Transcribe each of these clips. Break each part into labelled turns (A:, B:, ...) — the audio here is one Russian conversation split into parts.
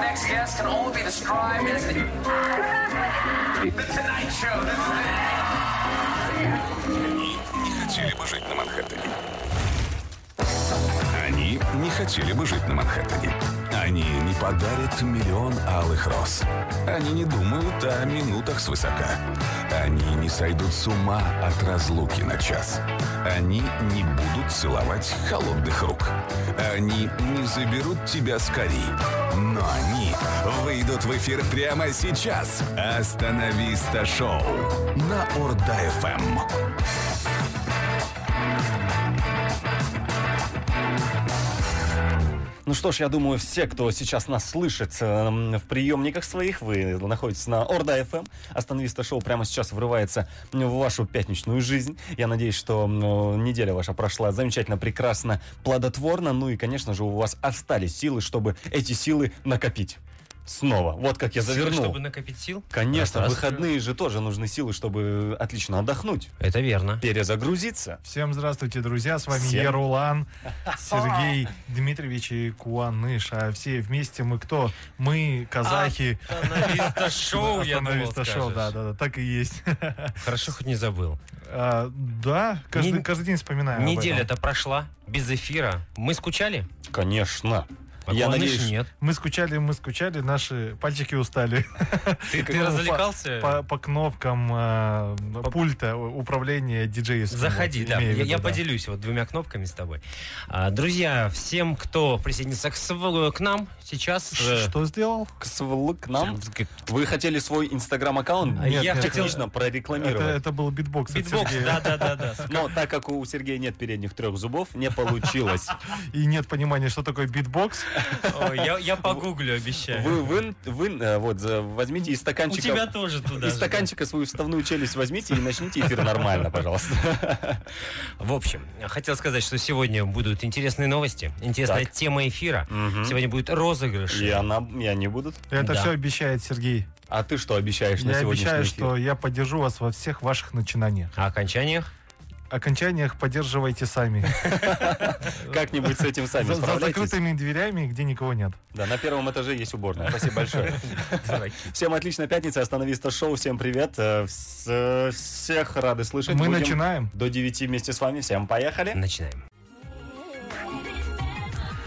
A: next guest can only be described as the, the Tonight Show. This is it.
B: Они не хотели бы жить на Манхэттене. Они не хотели бы жить на Манхэттене. Они не подарят миллион алых роз. Они не думают о минутах свысока. Они не сойдут с ума от разлуки на час. Они не будут целовать холодных рук. Они не заберут тебя скорей. Но они выйдут в эфир прямо сейчас. Остановиста шоу на Орда-ФМ.
C: Ну что ж, я думаю, все, кто сейчас нас слышит эм, в приемниках своих, вы находитесь на Орда ФМ. Остановиста шоу прямо сейчас врывается в вашу пятничную жизнь. Я надеюсь, что м, э, неделя ваша прошла замечательно, прекрасно, плодотворно. Ну и, конечно же, у вас остались силы, чтобы эти силы накопить. Снова. Вот как я завернул.
D: Чтобы накопить сил?
C: Конечно,
D: Раз.
C: выходные же тоже нужны силы, чтобы отлично отдохнуть,
D: Это верно.
C: перезагрузиться.
E: Всем здравствуйте, друзья. С вами
C: Всем.
E: Ерулан, Сергей Дмитриевич и Куаныш. А все вместе мы кто? Мы казахи.
D: Остановиста А, шоу, я думал,
E: Остановиста шоу,
D: скажешь.
E: да, да, да, так и есть.
D: Хорошо, хоть не забыл.
E: А, Да, каждый
D: Не-
E: каждый день вспоминаем. об этом.
D: Неделя-то прошла без эфира. Мы скучали?
C: Конечно.
D: А
C: я
D: главное,
C: надеюсь,
D: что нет.
E: Мы скучали, мы скучали, наши пальчики устали.
D: Ты, ты
E: Ну, по-
D: развлекался?
E: По, по кнопкам э, пульта у- управления диджеевским.
D: Заходи,
E: вот,
D: да.
E: имею в
D: Я,
E: виду,
D: я
E: да.
D: поделюсь вот двумя кнопками с тобой. А, друзья, всем, кто присоединится к, св- к нам сейчас... э,
E: Ш- Что сделал?
C: к, св- к нам. Вы хотели свой инстаграм-аккаунт
D: А я
C: нет,
D: хотел-
C: технично
E: Это,
C: прорекламировать.
E: это был битбокс, от
D: Битбокс,
E: Сергея.
D: да-да-да-да.
C: Но так как у Сергея нет передних трех зубов, не получилось.
E: И нет понимания, что такое битбокс.
D: Ой, Я, я погуглю, обещаю.
C: Вы, вы, вы э, вот, за- возьмите из
D: У тебя
C: стаканчика...
D: тоже туда.
C: Из
D: же,
C: стаканчика свою вставную челюсть возьмите и начните эфир нормально, пожалуйста.
D: да. В общем, хотел сказать, что сегодня будут интересные новости, интересная
C: Так.
D: тема эфира.
C: Мгм.
D: Сегодня будет розыгрыш.
C: И она, и они будут.
E: Это
D: Да.
E: все обещает Сергей.
C: А ты что обещаешь на
E: я
C: сегодняшний
E: обещаю,
C: эфир?
E: что я поддержу вас во всех ваших начинаниях.
D: О окончаниях?
E: Окончаниях поддерживайте сами.
C: Как-нибудь с этим сами
E: За, за
C: справляйтесь.
E: закрытыми дверями, где никого нет.
C: Да, на первом этаже есть уборная. Спасибо большое. Всем отличной пятницы, остановиста шоу. Всем привет. Э, вс- э, Всех рады слышать.
E: Мы
C: Будем
E: начинаем.
C: До 9 вместе с вами. Всем поехали.
D: Начинаем.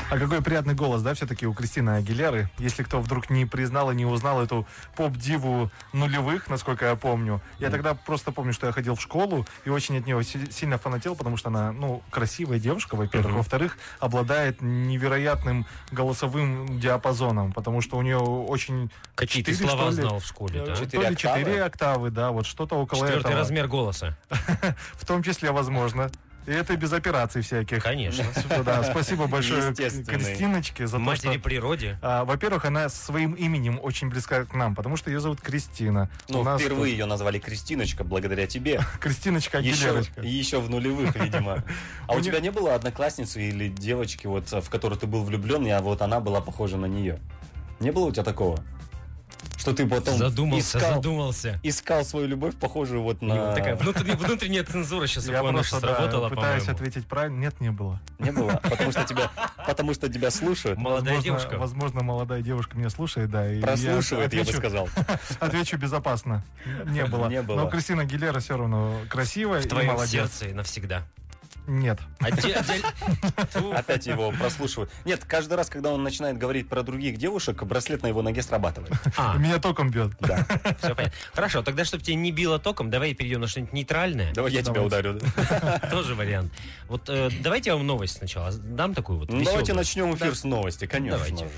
E: А какой приятный голос, да, все-таки у Кристины Агилеры. Если кто вдруг не признал и не узнал эту поп-диву нулевых, насколько я помню. Я тогда просто помню, что я ходил в школу и очень от нее си- сильно фанател, потому что она, ну, красивая девушка, во-первых. Во-вторых, обладает невероятным голосовым диапазоном, потому что у нее очень...
D: Какие ты
E: четыре,
D: слова
E: что ли,
D: знал в школе, да?
E: Э,
C: Четыре
E: То ли
C: октавы?
E: 4 октавы, да, вот что-то около
D: Четвертый
E: этого.
D: размер голоса.
E: В том числе, возможно. И это без операций всяких.
D: Конечно.
E: Да, спасибо большое
C: Естественный.
E: Кристиночке за то,
D: Матери
E: что...
D: природе.
E: а, Во-первых, она своим именем очень близка к нам, потому что ее зовут Кристина. У
C: Ну,
E: нас
C: впервые ее назвали Кристиночка, благодаря тебе.
E: тут Кристиночка
C: Еще,
E: Агилерочка.
C: еще в нулевых, видимо. А у тебя не было одноклассницы или девочки, вот, в которую ты был влюблен, а вот она была похожа на нее? Не было у тебя такого? Что ты потом
D: Задумался,
C: искал,
D: задумался.
C: искал свою любовь, похожую вот на...
D: Такая внутрен- внутренняя цензура сейчас
E: Я
D: у нас
E: просто да,
D: сработала,
E: пытаюсь
D: по-моему.
E: ответить правильно. Нет, не было.
C: Не было? Потому что тебя, потому что тебя слушают,
D: Молодая
E: возможно,
D: девушка.
E: Возможно, молодая девушка меня слушает, да. и я
C: прослушивают, я бы
E: отвечу-
C: сказал.
E: Отвечу безопасно. Не было.
C: Не было.
E: Но Кристина Гилера все равно красивая
D: В
E: и
D: твоем
E: молодец.
D: сердце и навсегда.
E: Нет.
D: Отде- отдель- Тьфу.
C: Опять его прослушивают. Нет, каждый раз, когда он начинает говорить про других девушек, браслет на его ноге срабатывает.
D: А,
E: Меня током бьет.
C: Да.
D: все понятно. Хорошо, тогда, чтобы тебя не било током, давай перейдем на что-нибудь нейтральное.
C: Давай я тебя
E: Давайте.
C: ударю.
D: Тоже вариант. Вот э, давайте я вам новость сначала дам такую вот
C: Ну, Давайте
D: весёлую.
C: начнем эфир с новости, конечно.
D: Давайте.
C: же.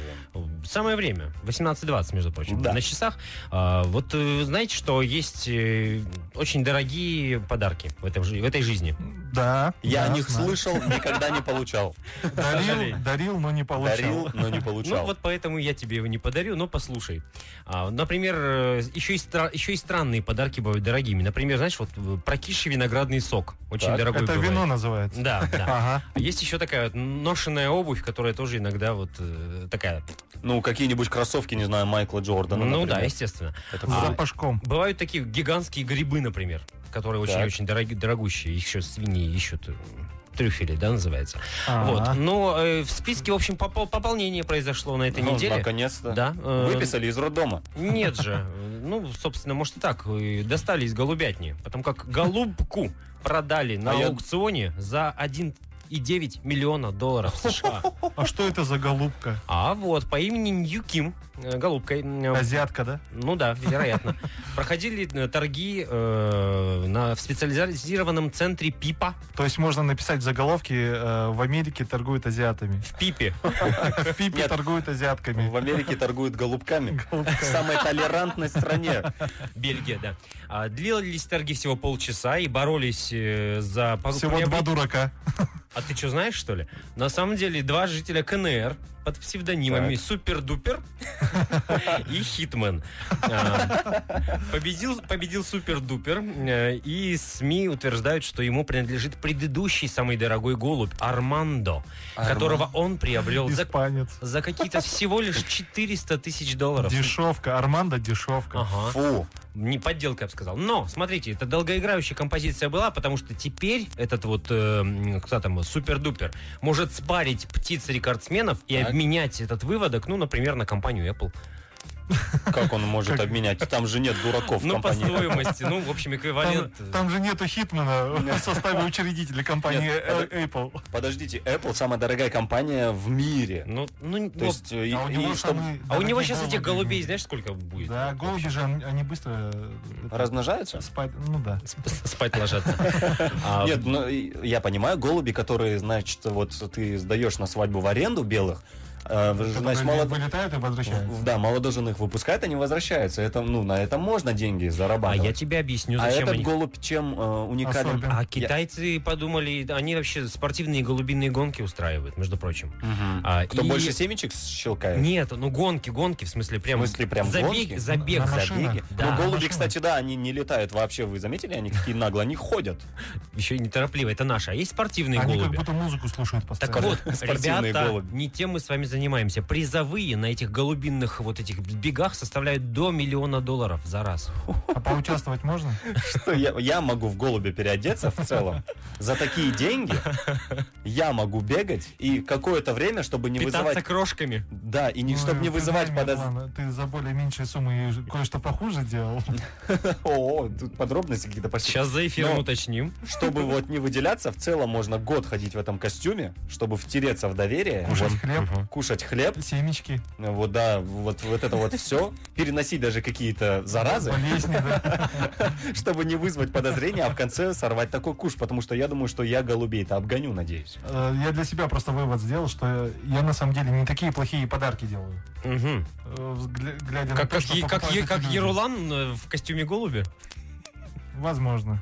D: Самое время. 18.20, между прочим,
C: Да.
D: на часах. А, вот э, знаете, что есть э, очень дорогие подарки в, этом, жи- в этой жизни.
E: Да.
C: Я
E: да,
C: о них
E: знаю.
C: слышал, никогда не получал.
D: Сожалею.
E: Дарил, дарил, но не получал.
C: Дарил, но не
D: Ну
C: получал.
D: вот поэтому я тебе его не подарю, но послушай. А, например, э, еще и, стра- еще и странные подарки бывают дорогими. Например, знаешь, вот э, прокисший виноградный сок. Очень
C: Так.
D: дорогой
E: Это
D: бывает.
E: вино называется.
D: Да, да.
E: Ага.
D: А Есть еще такая вот ношенная обувь, которая тоже иногда вот э, такая.
C: Ну, какие-нибудь кроссовки, не знаю, Майкла Джордана.
D: ну да,
C: например.
D: естественно.
C: Это
E: С
C: круто.
E: запашком.
D: Бывают такие гигантские грибы, например, которые
C: Так.
D: очень-очень дороги, дорогущие. Их еще свиньи ищут. трюфели, да, называется.
E: А.
D: Вот. Но э, в списке, в общем, попол- пополнение произошло на этой
C: Ну,
D: неделе.
C: Наконец-то.
D: Да. э,
C: Выписали из роддома.
D: Нет же. Ну, собственно, может и так. И Достали из голубятни. Потому как голубку продали на
C: А я-
D: аукционе за 1,9 миллиона долларов США.
E: А что это за голубка?
D: А вот по имени Ньюким, э, голубкой, м,
E: Азиатка, да?
D: ну да, вероятно, проходили э, торги э, на, в специализированном центре ПИПа
E: То есть можно написать в заголовке э, «В Америке торгуют азиатами».
D: в ПИПе.
E: В Пипе
C: Нет.
E: торгуют азиатками.
C: В Америке торгуют голубками. Самой толерантной стране.
D: Бельгия, да. А, Длились торги всего полчаса и боролись э, за... по-
E: Всего
D: приобрет-
E: два дурака.
D: А ты что, знаешь, что ли? На самом деле, два жителя КНР под псевдонимами
C: Так.
D: Супер-Дупер и Хитмен. А, Победил, победил Супер-Дупер, э, и СМИ утверждают, что ему принадлежит предыдущий самый дорогой голубь Армандо, которого он приобрел за,
E: Испанец.
D: за какие-то всего лишь 400 тысяч долларов.
E: Дешевка. Армандо дешевка.
D: Ага.
C: Фу.
D: Не подделка, я бы сказал. Но, смотрите, это долгоиграющая композиция была, потому что теперь этот вот, э, м, кто там, супер-дупер, может спарить птиц-рекордсменов и
C: Так.
D: обменять этот выводок, ну, например, на компанию Apple.
C: Как он может обменять? Там же нет дураков в
D: ну, по
C: компании.
D: стоимости, ну, в общем,
E: Там,
D: эквивалент. э,
E: там же нету Хитмана в составе учредителя компании
C: Нет,
E: э, Apple.
C: Подождите, Apple самая дорогая компания в мире.
D: Ну, ну,
C: То есть, э, и-
E: А у
C: и
E: него
C: чтоб-
E: самые
D: а у него
E: дорогие
D: сейчас этих
E: голуби.
D: голубей, знаешь, сколько будет?
E: Да, голуби же, они они быстро... э, это,
C: размножаются?
E: Спать, ну да.
D: Сп- Спать ложатся. А,
C: Нет, ну и- я понимаю, голуби, которые, значит, вот ты сдаешь на свадьбу в аренду белых, э, в- значит,
E: Которые
C: молод-
E: вылетают и возвращаются.
C: в- да, молодоженных выпускают, они возвращаются. Это, ну, на этом можно деньги
D: А
C: зарабатывать.
D: я тебе объясню,
C: А
D: зачем
C: этот
D: они...
C: голубь чем э, уникален?
E: Особенно.
D: А китайцы подумали, они вообще спортивные голубиные гонки устраивают, между прочим.
C: Мгм.
D: А,
C: Кто
D: и-
C: больше семечек щелкает?
D: Нет, ну гонки, гонки, в смысле прям...
C: Э. В смысле, прям
D: забег,
C: гонки?
D: Забег,
E: На
D: забег.
E: машинах?
D: Да.
C: ну, голуби,
E: машина.
C: кстати, да, они не летают вообще. Вы заметили, они какие нагло, они ходят.
D: Еще и неторопливо, это наши. А есть спортивные
E: Они как
D: голуби?
E: будто музыку слушают постоянно.
D: Так вот,
C: Спортивные
D: ребята,
C: голуби.
D: не тем мы с вами занимаемся. Призовые на этих голубинных вот этих бегах составляют до миллиона долларов за раз.
E: А поучаствовать можно?
C: Что я, я могу в голубя переодеться в целом. За такие деньги я могу бегать и какое-то время, чтобы не
D: Питаться
C: вызывать...
D: крошками.
C: Да, и не, чтобы не
E: Ну, ты
C: вызывать
E: знай,
C: подоз...
E: Милана, Ты за более меньшие суммы и кое-что похуже делал.
C: О, тут подробности какие-то пошли.
D: Сейчас за эфиром
C: Но-
D: уточним.
C: Чтобы вот не выделяться, в целом можно год ходить в этом костюме, чтобы втереться в доверие.
E: Кушать
C: Вот,
E: хлеб,
C: кушать хлеб,
E: семечки,
C: вот да, вот, вот это вот все, переносить даже какие-то заразы,
E: болезни, да.
C: чтобы не вызвать подозрения, а в конце сорвать такой куш, потому что я думаю, что я голубей-то обгоню, надеюсь.
E: Э, Я для себя просто вывод сделал, что я на самом деле не такие плохие подарки делаю.
D: Мгм.
E: Э, взгля- Глядя на
D: Как,
E: то,
D: как,
E: что
D: Е- как,
E: покупают
D: Е- как
E: эти люди.
D: Ерулан э, в костюме голуби.
E: Возможно.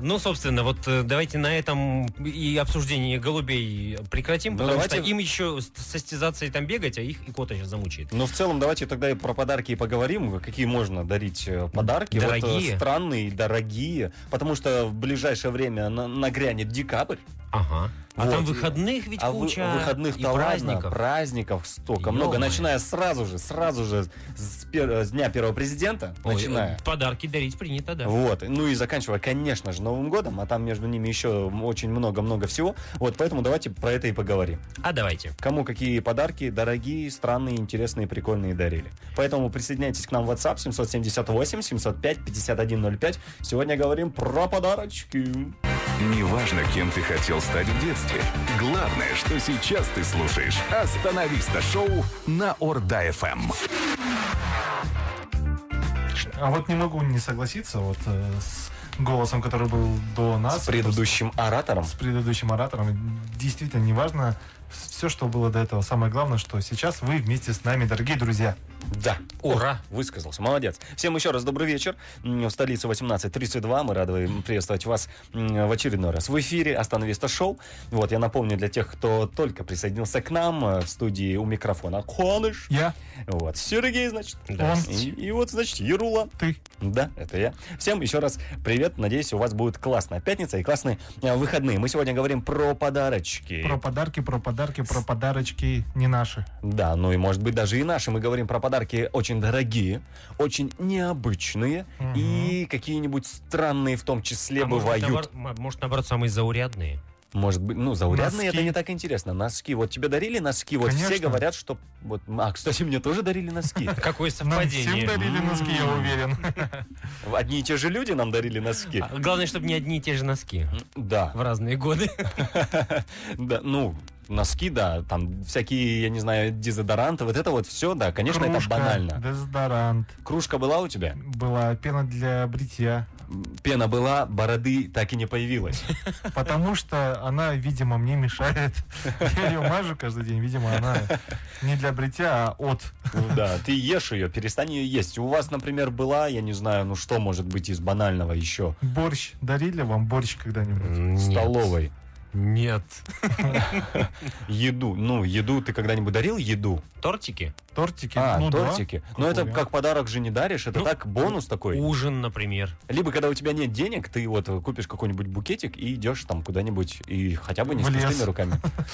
D: Ну, собственно, вот э, давайте на этом и обсуждение голубей прекратим,
C: Ну,
D: потому
C: давайте-
D: что им еще с- состязаться и там бегать, а их икота сейчас замучает.
C: Но в целом давайте тогда и про подарки и поговорим, какие можно дарить э, подарки. Вот, э,
D: Дорогие.
C: странные, дорогие, потому что в ближайшее время на- нагрянет декабрь.
D: Ага. А
C: Вот.
D: там выходных ведь
C: А вы-
D: куча. и
C: выходных-то ладно,
D: праздников.
C: праздников столько много.
D: Ё-моё.
C: Начиная сразу же, сразу же с, пер- с дня первого президента,
D: Ой, э,
C: начиная.
D: Подарки дарить принято, да.
C: Вот, ну и заканчивая, конечно же, Новым годом, а там между ними еще очень много-много всего. Вот, поэтому давайте про это и поговорим.
D: А давайте.
C: Кому какие подарки дорогие, странные, интересные, прикольные дарили. Поэтому присоединяйтесь к нам в WhatsApp 778-705-5105. Сегодня говорим про подарочки.
B: Неважно, кем ты хотел стать в детстве. Главное, что сейчас ты слушаешь «Остановиста» шоу на Орда-ФМ.
E: А вот не могу не согласиться вот э, с голосом, который был до нас.
C: С предыдущим оратором.
E: с предыдущим оратором. Действительно, неважно все, что было до этого. Самое главное, что сейчас вы вместе с нами, дорогие друзья.
C: Да.
D: Ура!
C: Высказался, молодец. Всем еще раз добрый вечер. М, В столице 18.32. Мы рады приветствовать вас м, в очередной раз в эфире Остановиста Шоу. Вот, я напомню для тех, кто только присоединился к нам э, в студии у микрофона Коныш.
E: Я,
C: Вот, Сергей, значит.
D: Да.
E: он,
C: И, и вот, значит, Ерула.
E: ты.
C: Да, это я. Всем еще раз привет. Надеюсь, у вас будет классная пятница и классные э, выходные. Мы сегодня говорим про подарочки.
E: Про подарки, про подарки, про подарочки не наши.
C: Да, ну и может быть даже и наши. Мы говорим про подарки очень дорогие, очень необычные
E: Мгм.
C: и какие-нибудь странные в том числе
D: А может,
C: бывают.
D: наобор- м- может, наоборот, самые заурядные.
C: Может быть, ну, заурядные это
E: Носки.
C: не так интересно. Носки. Вот тебе дарили носки, вот все
E: Конечно.
C: говорят, что... Вот, а, кстати, мне тоже дарили носки.
D: Какое
E: Нам
D: совпадение.
E: всем дарили
C: М-м.
E: носки, я уверен.
C: Одни и те же люди нам дарили носки.
D: А, Главное, чтобы не одни и те же носки
C: Да.
D: в разные годы.
C: Да, ну, носки, да, там всякие, я не знаю, дезодоранты, вот это вот все, да, конечно, это
E: Кружка,
C: банально.
E: дезодорант,
C: Кружка была у тебя?
E: была пена для бритья,
C: Пена была, бороды так и не появилось.
E: потому что она, видимо, мне мешает. Я ее мажу каждый день, видимо, она не для бритья, а от.
C: Ну Да, ты ешь ее, перестань ее есть. У вас, например, была, я не знаю, ну что может быть из банального еще?
E: Борщ. Дарили вам борщ когда-нибудь?
D: Нет.
C: в столовой.
D: Нет.
C: Еду. Ну, еду ты когда-нибудь дарил еду?
D: Тортики?
E: Тортики?
C: А,
E: Ну да.
C: тортики. Но
E: Какой
C: это
E: вариант?
C: как подарок же не даришь, это
D: Ну,
C: так бонус такой.
D: Ужин, например.
C: Либо когда у тебя нет денег, ты вот э, купишь какой-нибудь букетик и идешь там куда-нибудь и хотя бы не с
E: В лес.
C: пустыми руками.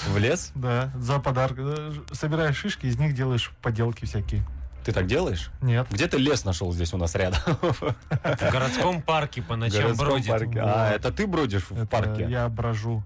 C: В лес?
E: Да, за подарок. Э, Собираешь шишки, из них делаешь поделки всякие.
C: Ты так делаешь?
E: Нет.
C: Где ты лес нашел здесь у нас рядом?
E: А
D: В городском парке по
C: В
D: ночам
C: городском
D: бродит.
C: парке. А, это ты бродишь в
E: это
C: парке?
E: Я брожу.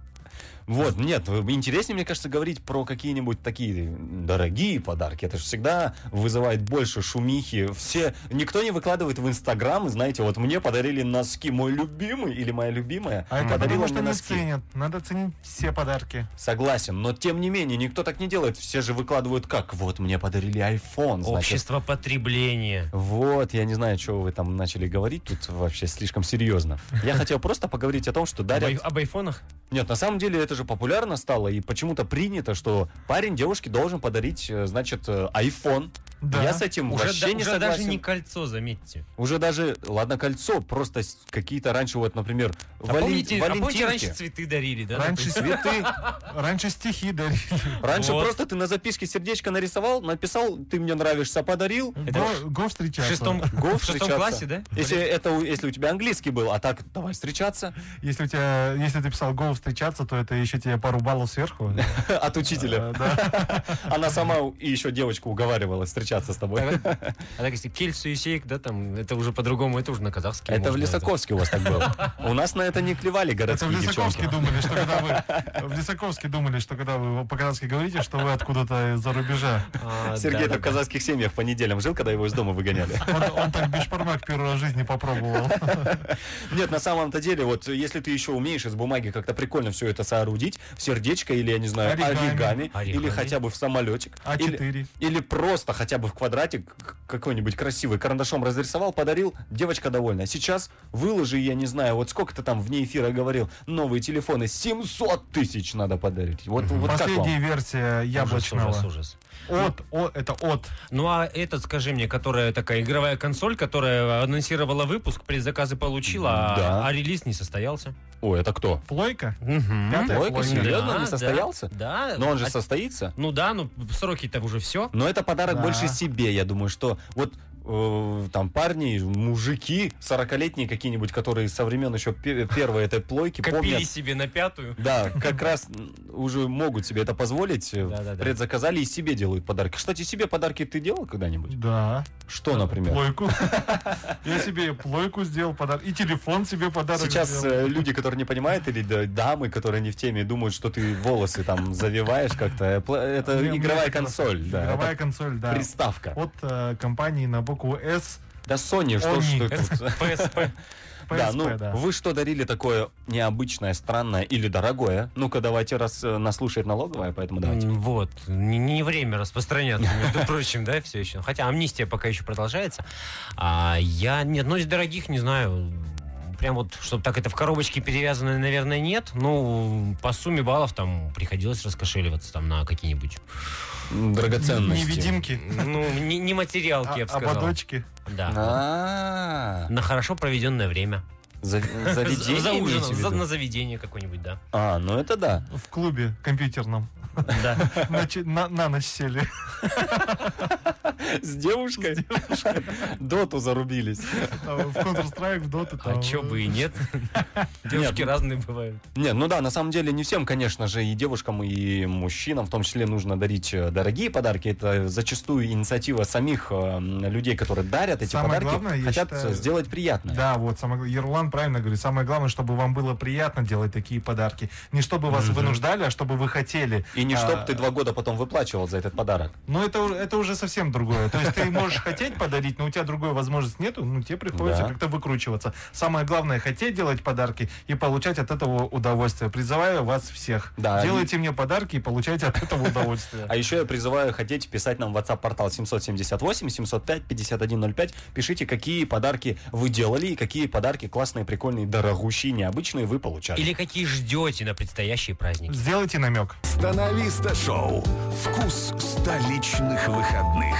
C: Вот, нет, интереснее, мне кажется, говорить про какие-нибудь такие дорогие подарки. Это же всегда вызывает больше шумихи. Все, никто не выкладывает в Инстаграм, знаете, вот мне подарили носки мой любимый или моя любимая.
E: А это
C: подарила
E: потому что
C: мне
E: не
C: носки.
E: ценят. Надо ценить все подарки.
C: Согласен, но тем не менее, никто так не делает. Все же выкладывают как? Вот мне подарили iPhone, значит.
D: Общество потребления.
C: Вот, я не знаю, чего вы там начали говорить, тут вообще слишком серьезно. Я хотел просто поговорить о том, что
D: Об
C: дарят
D: ай- Об айфонах?
C: Нет, на самом деле это же популярно стало, и почему-то принято, что парень девушке должен подарить, э, значит, э, iPhone.
E: Да.
C: Я с этим
D: Уже,
C: вообще
D: да-
C: не
D: уже
C: согласен.
D: даже не кольцо, заметьте.
C: Уже даже, ладно, кольцо, просто с- какие-то раньше, вот, например,
D: А
C: вален-
D: помните, а помните,
C: валентинки.
D: раньше цветы дарили, да?
E: Раньше
D: Допустим?
E: цветы, раньше стихи дарили.
C: Раньше
D: Вот.
C: просто ты на записке сердечко нарисовал, написал, ты мне нравишься, подарил.
E: Го, го
D: в
E: встречаться.
D: шестом,
C: Го
D: в шестом
C: встречаться.
D: классе, да?
C: Если это у- если у тебя английский был, а так давай встречаться
E: Если у тебя, если ты писал го встречаться, то это еще тебе пару баллов сверху.
C: от учителя.
D: А,
E: Э, да.
C: Она сама у- и еще девочку уговаривала встречаться с тобой.
D: А так- а так если кельт, суесейк, да, там, это уже по-другому, это уже на казахский.
C: Это в
D: можно,
C: Лисаковске у вас так было. У нас на это не клевали
E: Это в
C: городские
E: Лисаковске
C: девчонки.
E: думали, что когда вы в Лисаковске думали, что когда вы по-казахски говорите, что вы откуда-то из-за рубежа.
D: да. А,
C: Сергей
D: да,
C: это в
D: да, да.
C: казахских семьях по неделям жил, когда его из дома выгоняли.
E: Он, он так бешпармак первый раз в жизни попробовал.
C: Нет, на самом-то деле, вот если ты еще умеешь из бумаги как-то прикольно все это соорудить, в сердечко или, я не знаю,
E: Оригами.
C: оригами, или
D: Оригами.
C: хотя бы в самолетик.
E: А
C: Или,
E: А4.
C: или просто хотя бы в квадратик к- какой-нибудь красивый карандашом разрисовал, подарил, девочка довольна. Сейчас выложи, я не знаю, вот сколько ты там вне эфира говорил, новые телефоны, 700 тысяч надо подарить. Вот, вот как вам?
E: Последняя версия
D: Ужас, ужас,
E: яблочного.
D: ужас.
E: От, о, это от.
D: Ну а этот, скажи мне, которая такая игровая консоль, которая анонсировала выпуск, предзаказы получила, а-
C: Да.
D: а, релиз не состоялся.
C: О, это кто?
E: Плойка?
D: Мгм.
E: Пятая
C: Плойка,
E: плойка.
C: серьезно?
D: Да,
C: не
D: да,
C: состоялся?
D: Да.
C: Но он же
D: А-
C: состоится.
D: Ну да, ну сроки-то уже все.
C: Но это подарок
E: Да.
C: больше себе, я думаю, что вот э, там парни, мужики, 40-летние какие-нибудь, которые со времен еще пе- первой этой плойки
D: Копили
C: помнят.
D: себе на пятую.
C: Да, как раз м, уже могут себе это позволить. э,
D: Да-да-да.
C: Предзаказали и себе делают подарки. Кстати, себе подарки ты делал когда-нибудь?
E: Да.
C: Что, например?
E: Плойку. Я себе плойку сделал подарок. И телефон себе подарок
C: Сейчас э,
E: сделал.
C: люди, которые не понимают, или да- дамы, которые не в теме, думают, что ты волосы там завиваешь как-то. э, Пла- Это
E: Мне- мне
C: игровая
E: как раз
C: консоль, да.
E: Игровая
C: это
E: консоль, да.
C: Приставка.
E: От э, компании на букву S.
C: Да Sony, что ж
E: Они.
C: ты тут?
D: PSP.
E: PSP,
C: да, ну,
E: да.
C: вы что дарили такое необычное, странное или дорогое? Ну-ка, давайте, раз э, нас слушает налоговая, поэтому давайте.
D: М, Вот, не, не время распространяться, между прочим, да, все еще. Хотя амнистия пока еще продолжается. А я ни одной из дорогих не знаю. Прям вот, чтобы так это в коробочке перевязано, наверное, нет. Ну, по сумме баллов там приходилось раскошеливаться там на какие-нибудь.
C: М, Драгоценности.
E: Невидимки.
D: Ну, не, не материалки, я бы
E: А-
D: сказал.
E: Ободочки.
D: Да.
C: А,
D: На хорошо проведенное время.
C: за- заведение
D: За ужином,
C: имеете в
D: за-
C: виду?
D: на заведение какое-нибудь, да.
C: А, ну это да.
E: В клубе компьютерном.
D: Да.
E: На, че- на- на ночь сели.
C: С девушкой? Доту зарубились.
E: Там В Counter-Strike, в Dota.
D: А
E: там,
D: чё бы и нет. Девушки
C: ну
D: разные бывают.
C: Не, ну да, на самом деле не всем, конечно же, и девушкам, и мужчинам в том числе нужно дарить э, дорогие подарки. Это зачастую инициатива самих э, м, людей, которые дарят эти
E: Самое
C: подарки,
E: главное, я
C: хотят э,
E: считаю-
C: сделать приятно.
E: Да, вот, самое гла- Ерлан правильно говорит. Самое главное, чтобы вам было приятно делать такие подарки. Не чтобы вас вынуждали, а чтобы вы хотели.
C: И не
E: А,
C: чтоб ты два года потом выплачивал за этот подарок.
E: Ну, это, у- это уже совсем другое. То есть ты можешь хотеть подарить, но у тебя другой возможности нету, ну, тебе приходится
C: Да.
E: как-то выкручиваться. Самое главное, хотеть делать подарки и получать от этого удовольствие. Призываю вас всех.
C: Да,
E: Делайте мне подарки и получайте от этого удовольствие.
C: А еще я призываю хотеть писать нам в WhatsApp-портал 778-705-5105. Пишите, какие подарки вы делали и какие подарки классные, прикольные, дорогущие, необычные вы получали.
D: Или какие ждете на предстоящие праздники.
E: Сделайте намек.
B: Становиста шоу. Вкус столичных выходных.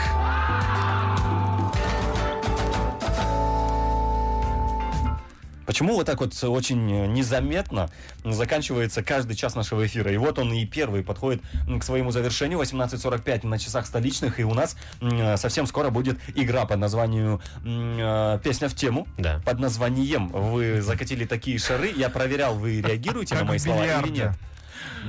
C: Почему вот так вот очень незаметно заканчивается каждый час нашего эфира? И вот он и первый подходит м, к своему завершению. 18.45 на часах столичных. И у нас м, совсем скоро будет игра под названием м, э, «Песня в тему».
D: Да.
C: Под названием вы закатили такие шары. Я проверял, вы реагируете на
E: Как
C: мои
E: в
C: слова или
E: бильярде.
C: нет.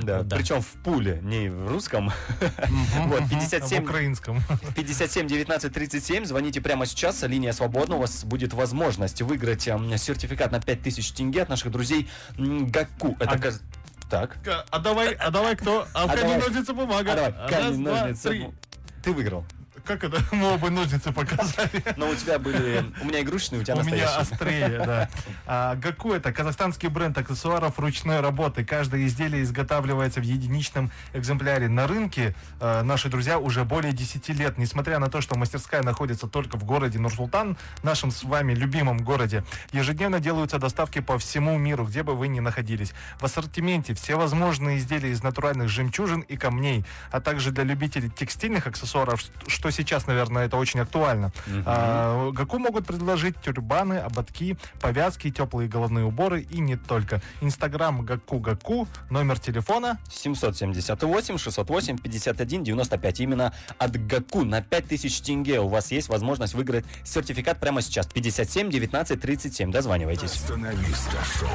C: Да,
D: Да.
C: причем в пуле, не в русском. Вот,
E: В
C: 57
E: украинском.
C: 57 19 37. Звоните прямо сейчас. Линия свободна. У вас будет возможность выиграть эм, сертификат на 5000 тенге от наших друзей м, Гаку. Это
E: А-
C: каз- Так.
E: А давай, а давай кто? А
C: в А камень, давай.
E: бумага.
C: А давай, камень, ножницы. бу- Ты выиграл.
E: Как это? Мы оба ножницы показали.
C: Но у тебя были... эм, У меня игрушечные, у тебя
E: У меня
C: настоящие.
E: острее, да. А, Гаку это казахстанский бренд аксессуаров ручной работы. Каждое изделие изготавливается в единичном экземпляре. На рынке э, наши друзья уже более 10 лет. Несмотря на то, что мастерская находится только в городе Нур-Султан, нашем с вами любимом городе, ежедневно делаются доставки по всему миру, где бы вы ни находились. В ассортименте всевозможные изделия из натуральных жемчужин и камней, а также для любителей текстильных аксессуаров, ш- что сейчас, наверное, это очень актуально. А, Гаку могут предложить тюрбаны, ободки, повязки, теплые головные уборы и не только. Инстаграм Гаку Гаку, номер телефона.
C: 778, 608, 51, 95. Именно от Гаку на 5000 тенге у вас есть возможность выиграть сертификат прямо сейчас. 57 19 37. Дозванивайтесь.
B: Становиста шоу.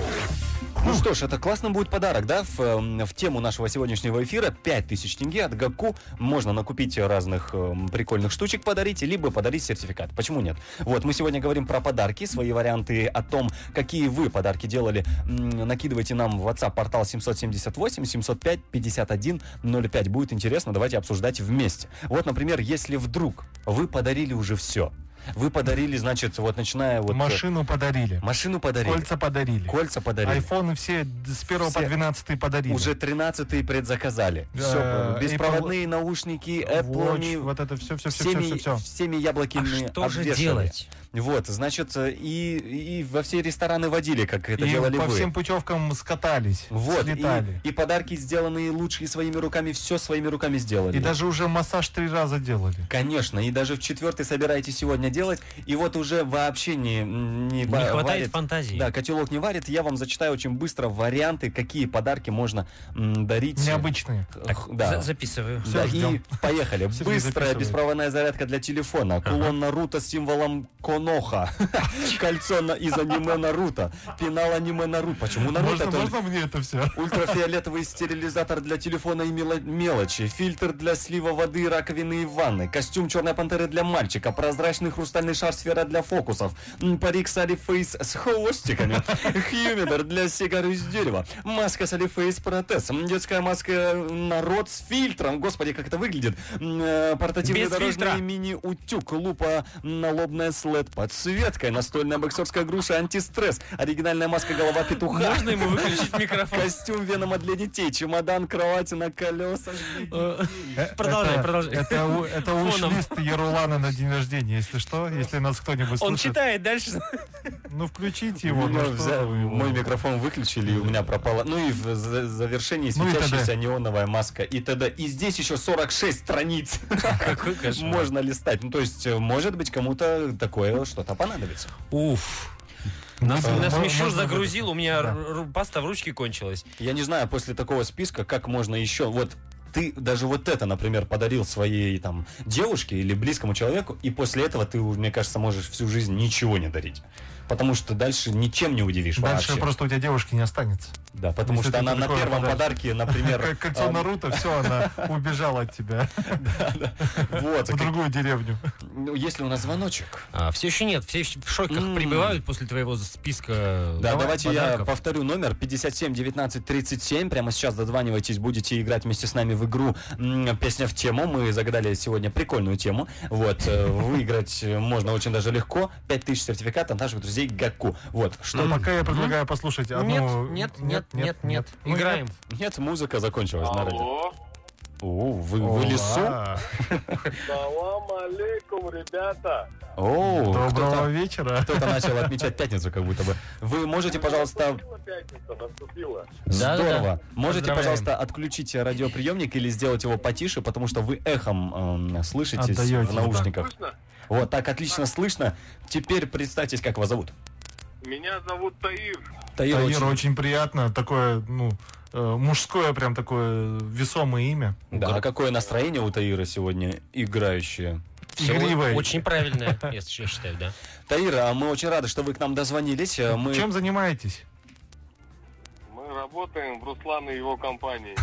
C: Ну что ж, это классный будет подарок, да, в, эм, в тему нашего сегодняшнего эфира 5000 тенге от Гаку можно накупить разных эм, прикольных штучек подарить, либо подарить сертификат. Почему нет? Вот, мы сегодня говорим про подарки, свои варианты о том, какие вы подарки делали. М, Накидывайте нам в WhatsApp портал 778 705 51 05. Будет интересно, давайте обсуждать вместе. Вот, например, если вдруг вы подарили уже все, вы подарили, значит, вот начиная вот... э,
E: Машину подарили.
C: Машину подарили.
E: Кольца подарили.
C: Кольца подарили.
E: Айфоны все д- с 1
C: Все.
E: по 12 подарили.
C: Уже 13 предзаказали.
E: Да,
C: Все,
E: Apple-
C: беспроводные наушники, Apple,
E: Watch,
C: они
E: вот это все, все, все,
C: всеми,
E: все, все,
C: всеми яблоками
D: А что же
C: обвешаны.
D: делать?
C: Вот, значит, э, и, и во все рестораны водили, как это делали
E: И по
C: вы.
E: всем путевкам скатались,
C: вот, и,
E: слетали.
C: и подарки, сделанные лучшие своими руками, все своими руками сделали.
E: И даже уже массаж три раза делали.
C: Конечно, и даже в четвертый собираетесь сегодня делать, и вот уже вообще не Не, ва-
D: Не хватает
C: варит.
D: фантазии.
C: Да, котелок не варит. Я вам зачитаю очень быстро варианты, какие подарки можно м, дарить.
E: Необычные.
D: Так,
C: Х- да.
D: за- Записываю.
E: Всё,
C: Да, и
E: ждём.
C: поехали.
E: Сергей
C: Быстрая
E: записывает.
C: беспроводная зарядка для телефона. Кулон Наруто с символом Коноха. Кольцо на- из аниме Наруто. Пенал аниме Наруто. Почему
D: Ну,
C: Наруто?
E: Можно,
C: Это
E: можно мне это все?
C: Ультрафиолетовый стерилизатор для телефона и мело- мелочи, фильтр для слива воды, раковины и ванны, костюм черной пантеры для мальчика, прозрачный хрустальный шар сфера для фокусов, м, парик Салифейс с хвостиками, хьюмидор для сигар из дерева, маска Салифейс протез, м, детская маска э, народ с фильтром, господи, как это выглядит, м, э, портативный
D: Без
C: дорожный
D: фильтра.
C: мини-утюг, лупа, налобная с LED-подсветкой, настольная боксерская груша антистресс, оригинальная маска голова петуха.
D: Можно ему выключить микрофон?
C: Костюм Венома для детей, чемодан, кровати на колесах.
D: Э,
E: Это-
D: Продолжай, продолжай.
E: Это, у- это
D: Фоном.
E: уиш-лист Ерулана на день рождения, если что, если нас кто-нибудь
D: Он
E: слышит.
D: читает дальше.
E: Ну, включите его.
C: Меня
E: Ну, что
C: взял-
E: вы его.
C: мой микрофон выключили, и у меня пропало. Ну и в за- завершении
E: Ну и т.д.
C: светящаяся неоновая маска и т.д. И здесь еще 46 страниц
D: Какой кошмар.
C: можно листать. Ну то есть, э, может быть, кому-то такое что-то понадобится.
D: Уф. Нас, нас
E: Мо-
D: Мишур
E: можно
D: загрузил, у меня
E: Да.
D: р- р- паста в ручке кончилась.
C: Я не знаю после такого списка, как можно еще... Вот ты даже вот это, например, подарил своей там девушке или близкому человеку, и после этого ты, мне кажется, можешь всю жизнь ничего не дарить. Потому что дальше ничем не удивишь
E: Дальше
C: вообще.
E: просто у тебя девушки не останется.
C: Да, потому что
E: Если ты
C: она на
E: такое
C: первом
E: подаришь.
C: подарке, например,
E: Как
D: А,
E: кольцо
D: ну.
C: эм,
E: Наруто, все, она убежала от тебя
C: вот,
E: в другую деревню.
C: ну, если у нас звоночек.
D: все еще А, нет, все еще в шоках
C: М.
D: прибывают после твоего списка.
E: Ну,
C: Да,
D: э,
C: давайте я
D: подарков.
C: повторю номер 57 19 37. Прямо сейчас дозванивайтесь, будете играть вместе с нами в игру м, «Песня в тему». Мы загадали сегодня прикольную тему. Вот, э, выиграть э, можно очень даже легко. 5000 сертификат от наших друзей Гаку. Вот, что
E: Ну, пока я предлагаю послушать
C: Ну,
E: одну...
D: Нет, нет, нет, нет, нет.
E: Ну,
D: Играем.
C: Нет, музыка закончилась на радио.
F: Алло.
C: О, вы, вы лесу?
E: Ура.
F: Салам алейкум, ребята.
C: О,
E: Доброго
C: кто-то,
E: вечера.
C: кто-то начал отмечать пятницу как будто бы. Вы можете, пожалуйста,
F: Наступила пятница, наступила.
D: Да-да-да.
C: Здорово. Можете,
D: Поздравляем.
C: пожалуйста, отключить радиоприемник или сделать его потише, потому что вы эхом эм, слышитесь
E: Отдаётесь,
C: в наушниках.
F: Слышно?
C: Вот так отлично слышно. Теперь представьтесь, как вас зовут.
F: Меня зовут Таир.
C: Таир,
E: Таира,
C: очень-
E: очень приятно. Такое, ну, э, мужское прям такое весомое имя.
C: Да, а какое настроение у Таира сегодня играющее?
D: Всё
E: Игривое.
D: Очень правильно, если я считаю, да.
C: Таира, а мы очень рады, что вы к нам дозвонились. Э, Мы...
E: Чем занимаетесь?
F: Мы работаем в Руслан и его компании.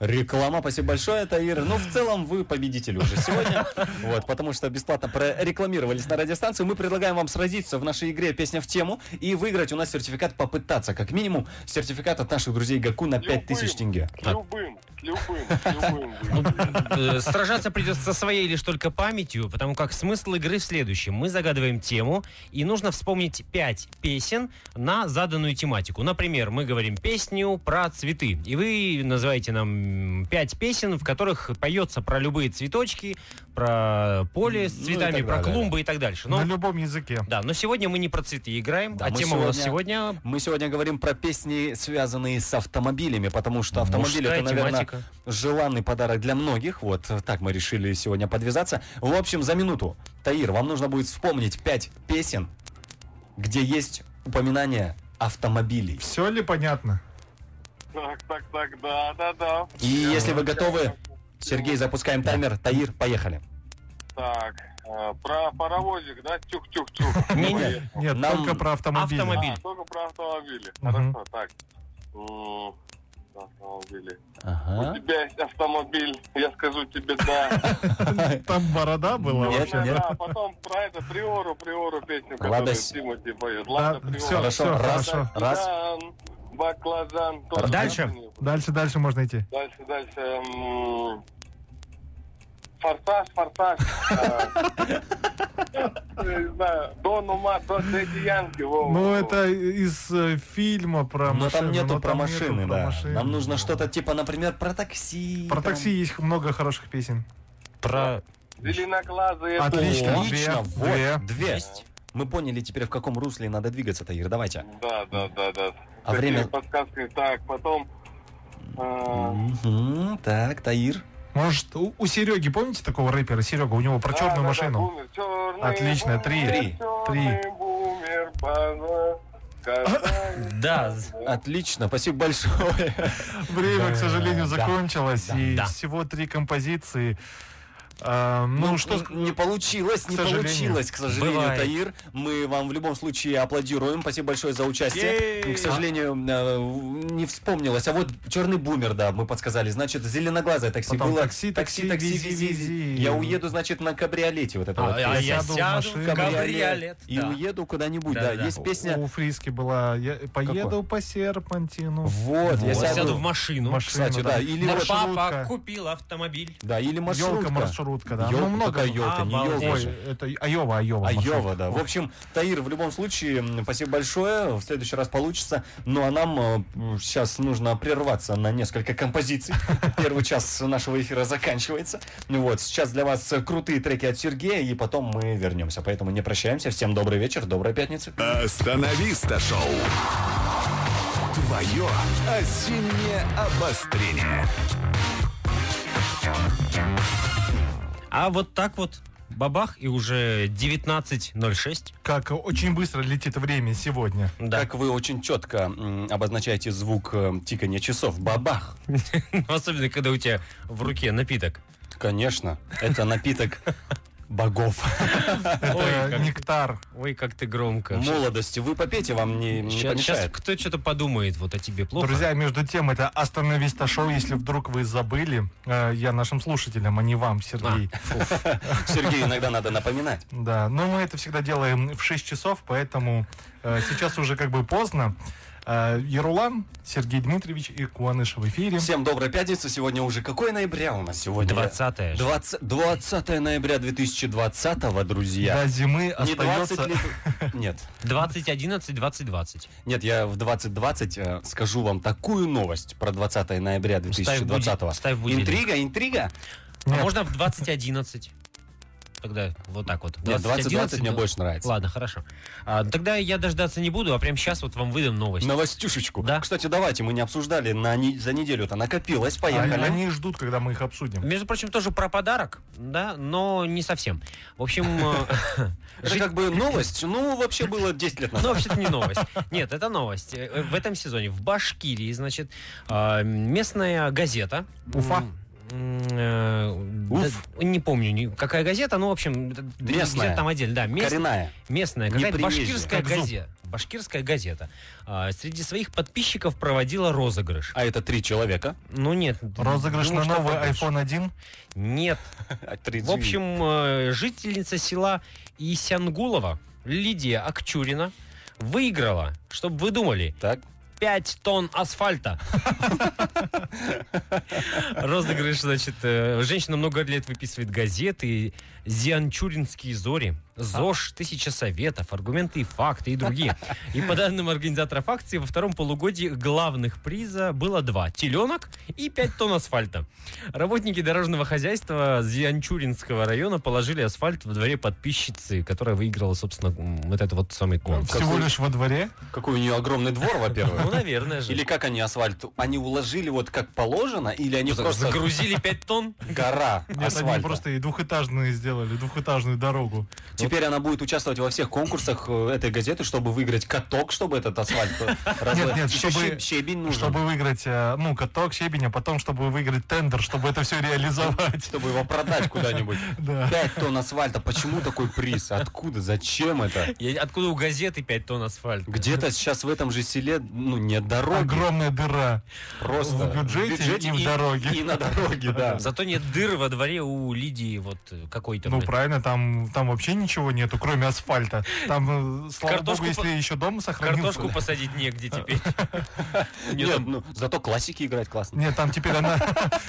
C: Реклама, спасибо большое, Таир. Ну, в целом, вы победитель уже сегодня. Вот, потому что бесплатно прорекламировались на радиостанцию. Мы предлагаем вам сразиться в нашей игре «Песня в тему» и выиграть у нас сертификат «Попытаться». Как минимум, сертификат от наших друзей Гаку на 5000 тенге.
F: С любым, с любым, с любым.
D: Э, Сражаться придется со своей лишь только памятью, потому как смысл игры в следующем. Мы загадываем тему, и нужно вспомнить пять песен на заданную тематику. Например, мы говорим песню про цветы, и вы называете нам м, пять песен, в которых поется про любые цветочки, про поле с
C: Ну и
D: цветами,
C: так
D: про
C: далее.
D: клумбы и так дальше.
C: Ну,
E: На
D: Но,
E: любом языке.
D: да, но сегодня мы не про цветы играем,
C: Да,
D: а
C: мы
D: тема у нас сегодня...
C: Мы сегодня говорим про песни, связанные с автомобилями, потому что автомобиль
D: мужская
C: это, наверное,
D: тематика.
C: желанный подарок для многих. Вот э, так мы решили сегодня подвязаться. В общем, за минуту, Таир, вам нужно будет вспомнить пять песен, где есть упоминание автомобилей.
E: Все ли понятно?
F: Так, так, так, да, да, да.
C: И если вы готовы, Сергей, запускаем таймер. Таир, поехали.
F: Так, э, про паровозик, да? Тюк-тюк-тюк.
D: Не, не,
F: Поехал.
E: Нет,
C: Нам-
E: только про автомобили.
D: Автомобиль.
F: А, только про автомобили.
E: Мгм.
F: Хорошо, так. М, Автомобили. У
C: Ага.
F: тебя есть автомобиль, я скажу тебе да.
E: Ну, Там борода была
C: Нет,
E: вообще.
C: нет.
F: Да, а потом про это Приору, Приору песню,
C: Лада
F: которую
C: с-
F: Тимати поет.
E: Да,
F: Ладно, Приору.
E: все,
C: Хорошо,
E: все,
C: раз.
E: хорошо.
C: Раз.
F: Баклажан, баклажан. тоже
D: Дальше.
F: не было.
E: Дальше, дальше можно идти.
F: Дальше, дальше. м, Форсаж, форсаж. э, я Не знаю. Дон Ума, Дон Дэдди Янки. во, во,
E: Ну,
F: во.
E: это из э, фильма про
C: Но
E: машины.
C: там нету
E: но
C: про
E: там нету
C: машины,
E: про
C: да.
E: машины.
C: Нам нужно что-то типа, например, про такси.
E: Про
C: там.
E: такси есть много хороших песен.
D: Про...
F: Зеленоглазые.
E: Отлично.
C: Отлично,
E: Две,
C: вот,
E: две.
C: две.
D: Есть.
C: Мы поняли теперь, в каком русле надо двигаться, Таир, давайте.
F: Да, да, да, да.
C: А время?
F: Подсказки. Так, потом... э,
C: Мгм, Так, Таир.
E: Может, у, Сереги, помните такого рэпера Серега? У него про черную А машину. Отлично, три.
C: Три.
E: Три.
D: Да,
C: Отлично, спасибо большое.
E: Время,
D: Да,
E: к сожалению,
D: да,
E: закончилось. и
D: да.
E: всего три композиции. А, ну, что... ск-
C: не получилось,
E: к
C: не
E: сожалению.
C: получилось, к сожалению,
D: Бывает.
C: Таир. Мы вам в любом случае аплодируем. Спасибо большое за участие.
D: Ей!
C: К сожалению, э, в- не вспомнилось. А вот черный бумер, да, мы подсказали. Значит, зеленоглазое такси
E: Потом
C: было.
E: такси, такси, вези, вези.
C: Я уеду, значит, на кабриолете. Вот это
D: а,
C: вот
D: а
C: песня.
D: я
E: сяду в
D: сяду в
E: машину.
D: кабриолет.
C: И
D: да.
C: уеду куда-нибудь, да.
D: Да, да.
C: Есть песня
E: У Фриски была «Я «Поеду
C: Какой?
E: по серпантину».
C: Вот, я
E: Ну, Вот.
D: Я
C: сяду,
D: сяду в машину.
E: Машину,
C: Кстати, да, или
D: Да,
C: вот-
D: папа
E: маршрутка.
D: купил автомобиль.
C: Да, или маршрутка.
E: Елка маршрутка, да.
C: Ёлка,
E: ну, много.
C: какая ёлка, не
D: Обалдеть.
C: ёлка
E: Ой,
C: же.
E: это Айова, Айова.
C: А
E: маршрутка.
C: Ёва, да. В общем, Таир, в любом случае, м, спасибо большое. В следующий раз получится. Ну а нам сейчас нужно прерваться на несколько композиций. Первый час нашего эфира заканчивается. Ну Вот, сейчас для вас э, крутые треки от Сергея, и потом мы вернемся. Поэтому не прощаемся. Всем добрый вечер, доброй пятницы.
B: Остановиста шоу. Твое осеннее обострение.
D: А вот так вот. бабах, и уже 19.06.
E: Как очень быстро летит время сегодня.
D: Да.
C: Как вы очень четко м, обозначаете звук э, тикания часов. Бабах!
D: Особенно, когда у тебя в руке напиток.
C: Конечно, это напиток богов.
E: Это
D: Ой, как-
E: нектар.
D: Ой, как ты громко.
C: Молодости. Вы попейте, вам не, не
D: Сейчас,
C: помешает.
D: кто что-то подумает вот о тебе плохо.
E: Друзья, между тем, это «Остановись-то шоу», если вдруг вы забыли. Э, Я нашим слушателям, а не вам, Сергей.
C: Сергею иногда надо напоминать.
E: Да, но мы это всегда делаем в 6 часов, поэтому э, сейчас уже как бы поздно. Э, Ерулан, Сергей Дмитриевич и Куаныш в эфире.
C: Всем доброй пятницы. Сегодня уже какое ноября у нас сегодня?
D: 20-е.
C: 20, 20 ноября 2020-го, друзья.
E: До зимы
C: не 20
E: остается...
C: лет- Нет.
D: 2011, 2020.
C: Нет, я в 2020 э, скажу вам такую новость про 20 ноября 2020-го.
D: будильник, ставь будильник.
C: Интрига, интрига.
D: А
E: Нет.
D: можно в 2011? Тогда вот так вот.
C: Нет, 2020 мне
D: ну,
C: больше нравится.
D: Ладно, хорошо. А, тогда я дождаться не буду, а прямо сейчас вот вам выдам новость.
C: Новостюшечку.
D: Да.
C: Кстати, давайте, мы не обсуждали на не- за неделю-то, накопилось, поехали.
D: А,
E: Они, они ждут, когда мы их обсудим.
D: Между прочим, тоже про подарок, да, но не совсем. В общем, э,
C: Это как бы новость, ну, вообще было 10 лет назад.
D: Ну, вообще-то не новость. Нет, это новость. Э, э, В этом сезоне в Башкирии, значит, э, местная газета.
E: Уфа.
D: М, э,
C: Уф.
D: да, не помню, ни- какая газета, ну, в общем, д- д-
C: Местная.
D: где-то там отдельно, да, мест-
C: Коренная.
D: местная,
C: Не
D: какая-то
C: приезжая.
D: башкирская
E: Как зуб.
D: газета. Башкирская газета. а, Среди своих подписчиков проводила розыгрыш.
C: А это три человека.
D: Ну нет.
E: Розыгрыш
D: думаю,
E: на
D: что
E: новый
D: побольше.
E: iPhone 1.
D: Нет,
C: А, три
D: в общем, э, жительница села Исянгулова Лидия Акчурина выиграла, чтобы вы думали,
C: Так.
D: 5 тонн асфальта. Розыгрыш, значит, э, женщина много лет выписывает газеты, Зианчуринские зори, ЗОЖ, Тысяча советов, аргументы и факты и другие. И по данным организаторов акции, во втором полугодии главных приза было два. Теленок и 5 тонн асфальта. Работники дорожного хозяйства Зианчуринского района положили асфальт во дворе подписчицы, которая выиграла, собственно, м, вот этот вот самый конкурс.
E: Всего
C: Какой-
E: лишь во дворе.
C: Какой у нее огромный двор,
D: Ну,
C: во-первых.
D: наверное же.
C: Или как они асфальт? Они уложили вот как положено, или они
D: За-
C: просто
D: Загрузили 5 тонн.
C: гора
E: Ну, Нет,
C: асфальта?
E: они просто и двухэтажные сделали, двухэтажную дорогу.
C: Теперь она будет участвовать во всех конкурсах э, этой газеты, чтобы выиграть каток, чтобы этот асфальт э, разложить.
E: нет,
C: Еще
E: чтобы-
C: щеб- щебень нужен.
E: Чтобы выиграть, э, ну, каток, щебень, а потом, чтобы выиграть тендер, чтобы это все реализовать.
C: Чтобы его продать куда-нибудь.
E: Да.
C: Пять тонн асфальта. Почему такой приз? Откуда? Зачем это?
D: Я- Откуда у газеты 5 тонн асфальта?
C: Где-то сейчас в этом же селе ну, нет дороги.
E: Огромная дыра.
C: Просто
E: в бюджете и в дороге.
C: И на дороге, да.
D: Зато нет дыр во дворе у Лидии вот э, какой-то.
E: Ну,
D: блядь.
E: правильно, там, там вообще ничего нету, кроме асфальта. Там, э, слава
D: Картошку
E: богу, если
D: по-
E: еще дом сохранился.
D: Картошку посадить негде теперь.
C: Нет,
D: Нет,
C: ну, зато классики играть классно.
E: Нет, там теперь она,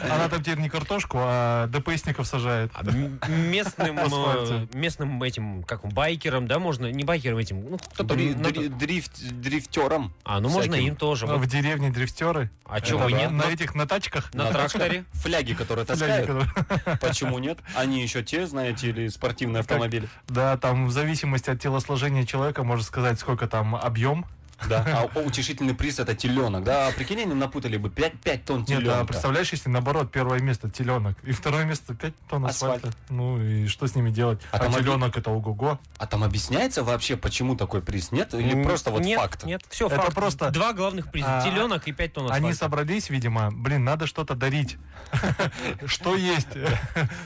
E: она там теперь не картошку, а ДПСников сажает.
D: А м- Местным, э,
E: Асфальте.
D: местным этим, как он, байкерам, да, можно, не байкерам этим, ну, кто-то...
C: Дри-
D: на-
C: дри- дрифт- Дрифтером.
D: А, ну можно
C: всяким.
D: им тоже.
E: В
D: вот.
E: деревне дрифтеры.
D: А чего
E: Это
D: нет?
E: На
D: На-
E: этих, на тачках.
D: На тракторе?
C: Фляги, которые
E: Фляги,
C: таскают.
E: которые-
C: Почему нет? Они еще те, знаете, или спортивные автомобили.
E: Да, там в зависимости от телосложения человека можно сказать, сколько там объем.
C: Да. А у- утешительный приз это теленок. Да, прикинь, они напутали бы 5, тонн
E: Нет, да,
C: теленка.
E: представляешь, если наоборот первое место теленок и второе место 5 тонн
C: Асфальт.
E: асфальта. Ну и что с ними делать?
C: А
E: А,
C: там объ-
E: теленок это ого-го.
C: а там объясняется вообще, почему такой приз? Нет? Или
D: М,
C: просто вот
D: нет,
C: факт?
D: Нет, все,
E: Это
D: факт.
E: просто-
D: Два главных приза.
E: А,
D: Теленок и 5 тонн
E: Они
D: асфальта.
E: собрались, видимо, блин, надо что-то дарить. Что есть?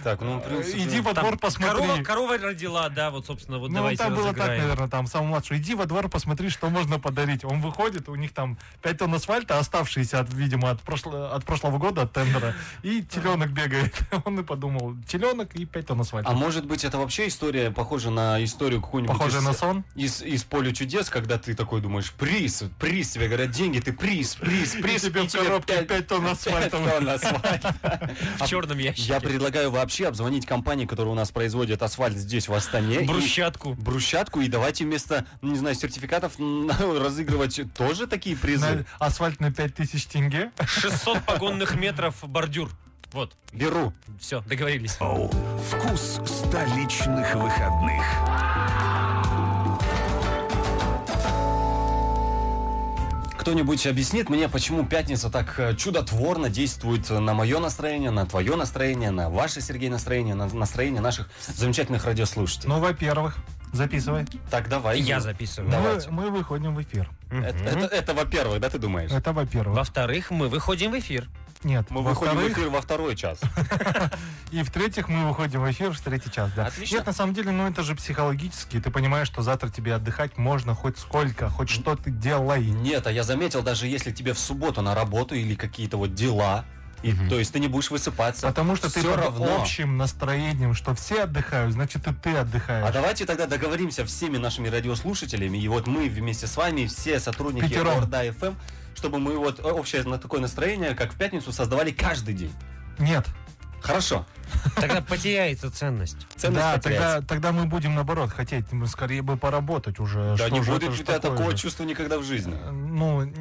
C: Так, ну, в принципе,
E: Иди во
D: Там корова,
E: двор посмотри.
D: корова родила, да, вот, собственно, вот
E: Ну,
D: давайте
E: там было так,
D: разыграем.
E: наверное, там самый младший. Иди во двор, посмотри, что можно подарить. Он выходит, у них там 5 тонн асфальта, оставшиеся, от, видимо, от, прошло- от прошлого года, от тендера. И теленок бегает. Он и подумал, теленок и 5 тонн асфальта.
C: А может быть, это вообще история похожа на историю какую-нибудь
E: Похоже
C: из,
E: на сон.
C: из, из поля чудес, когда ты такой думаешь, приз, приз, тебе говорят деньги, ты приз, приз,
E: И
C: приз.
E: тебе в коробке 5 тонн асфальта.
D: В черном ящике.
C: Я предлагаю вообще обзвонить компании, которая у нас производит асфальт здесь, в Астане. и-
D: Брусчатку.
C: брусчатку и давайте вместо, ну, не знаю, сертификатов м, разыгрывать тоже такие призы.
E: На- Асфальт на 5000 тенге.
D: 600 погонных метров бордюр. Вот,
C: Беру.
D: все, договорились.
B: Шоу «Вкус столичных выходных».
C: Кто кто-нибудь объяснит мне, почему пятница так э, чудотворно действует на мое настроение, на твое настроение, на ваше, Сергей, настроение, на настроение наших замечательных радиослушателей.
E: Ну, во-первых, записывай.
C: так давай.
D: Ну, Я записываю.
E: Мы,
C: Давайте.
E: мы выходим в эфир.
C: Это,
D: Мгм. Э,
C: это- это во-первых, да, ты думаешь?
E: Это во-первых.
D: Во-вторых, мы выходим в эфир.
E: Нет.
C: Мы выходим в
E: во-вторых,
C: эфир во второй час.
E: И в-третьих, мы выходим в эфир в третий час, да.
C: Отлично.
E: Нет, на самом деле, ну это же психологически. Ты понимаешь, что завтра тебе отдыхать можно хоть сколько, хоть что ты делай.
C: Нет, а я заметил, даже если тебе в субботу на работу или какие-то вот дела, и, то есть ты не будешь высыпаться.
E: Потому что ты
C: Всё
E: под
C: равно.
E: общим настроением, что все отдыхают, значит и ты
C: А
E: отдыхаешь.
C: давайте тогда договоримся всеми нашими радиослушателями, и вот мы вместе с вами, все сотрудники
E: Пятером.
C: Орда ФМ, чтобы мы вот э, общее на такое настроение, как в пятницу, создавали каждый день.
E: Нет.
C: Хорошо.
D: Тогда потеряется ценность.
C: Ценность
E: да,
C: потеряется.
E: тогда, тогда мы будем наоборот хотеть, мы скорее бы поработать уже.
C: Да
E: Что
C: не
E: же
C: будет
E: это
C: у
E: ж
C: тебя
E: такое
C: такого
E: же?
C: чувства никогда в жизни.
E: Ну, н-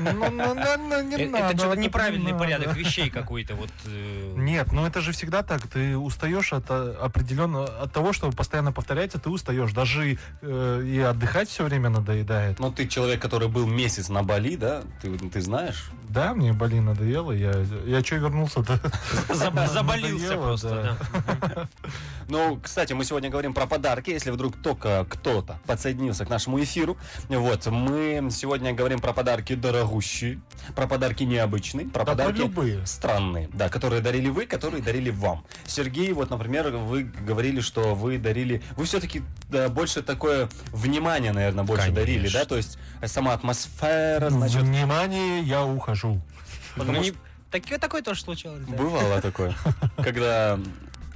E: ну, ну, ну, ну, не
D: Э,
E: надо,
D: это что-то
E: не
D: неправильный
E: надо.
D: порядок вещей какой-то. Вот, э,
E: Нет, ну это же всегда так. Ты устаешь от а, определенно от того, что постоянно повторяется, ты устаешь. Даже э, и отдыхать все время надоедает.
C: Ну, ты человек, который был месяц на Бали, да? Ты, ты знаешь?
E: Да, мне Бали надоело. Я, я че вернулся-то?
D: заб- Заболился
E: Надоело,
D: просто. да.
C: Ну, кстати, мы сегодня говорим про подарки. Если вдруг только кто-то подсоединился к нашему эфиру, вот, мы сегодня говорим про подарки дорогущие, про подарки необычные, про
E: Да, про
C: подарки
E: любые.
C: странные, да, которые дарили вы, которые дарили вам. Сергей, вот, например, вы говорили, что вы дарили, вы все-таки больше такое внимание, наверное, больше
D: Конечно.
C: дарили, да, то есть э, сама атмосфера,
E: Ну,
C: значит,
E: Внимание, я ухожу.
D: Ну, не- так- Такое тоже случалось.
E: ну,
D: да.
C: бывало такое, когда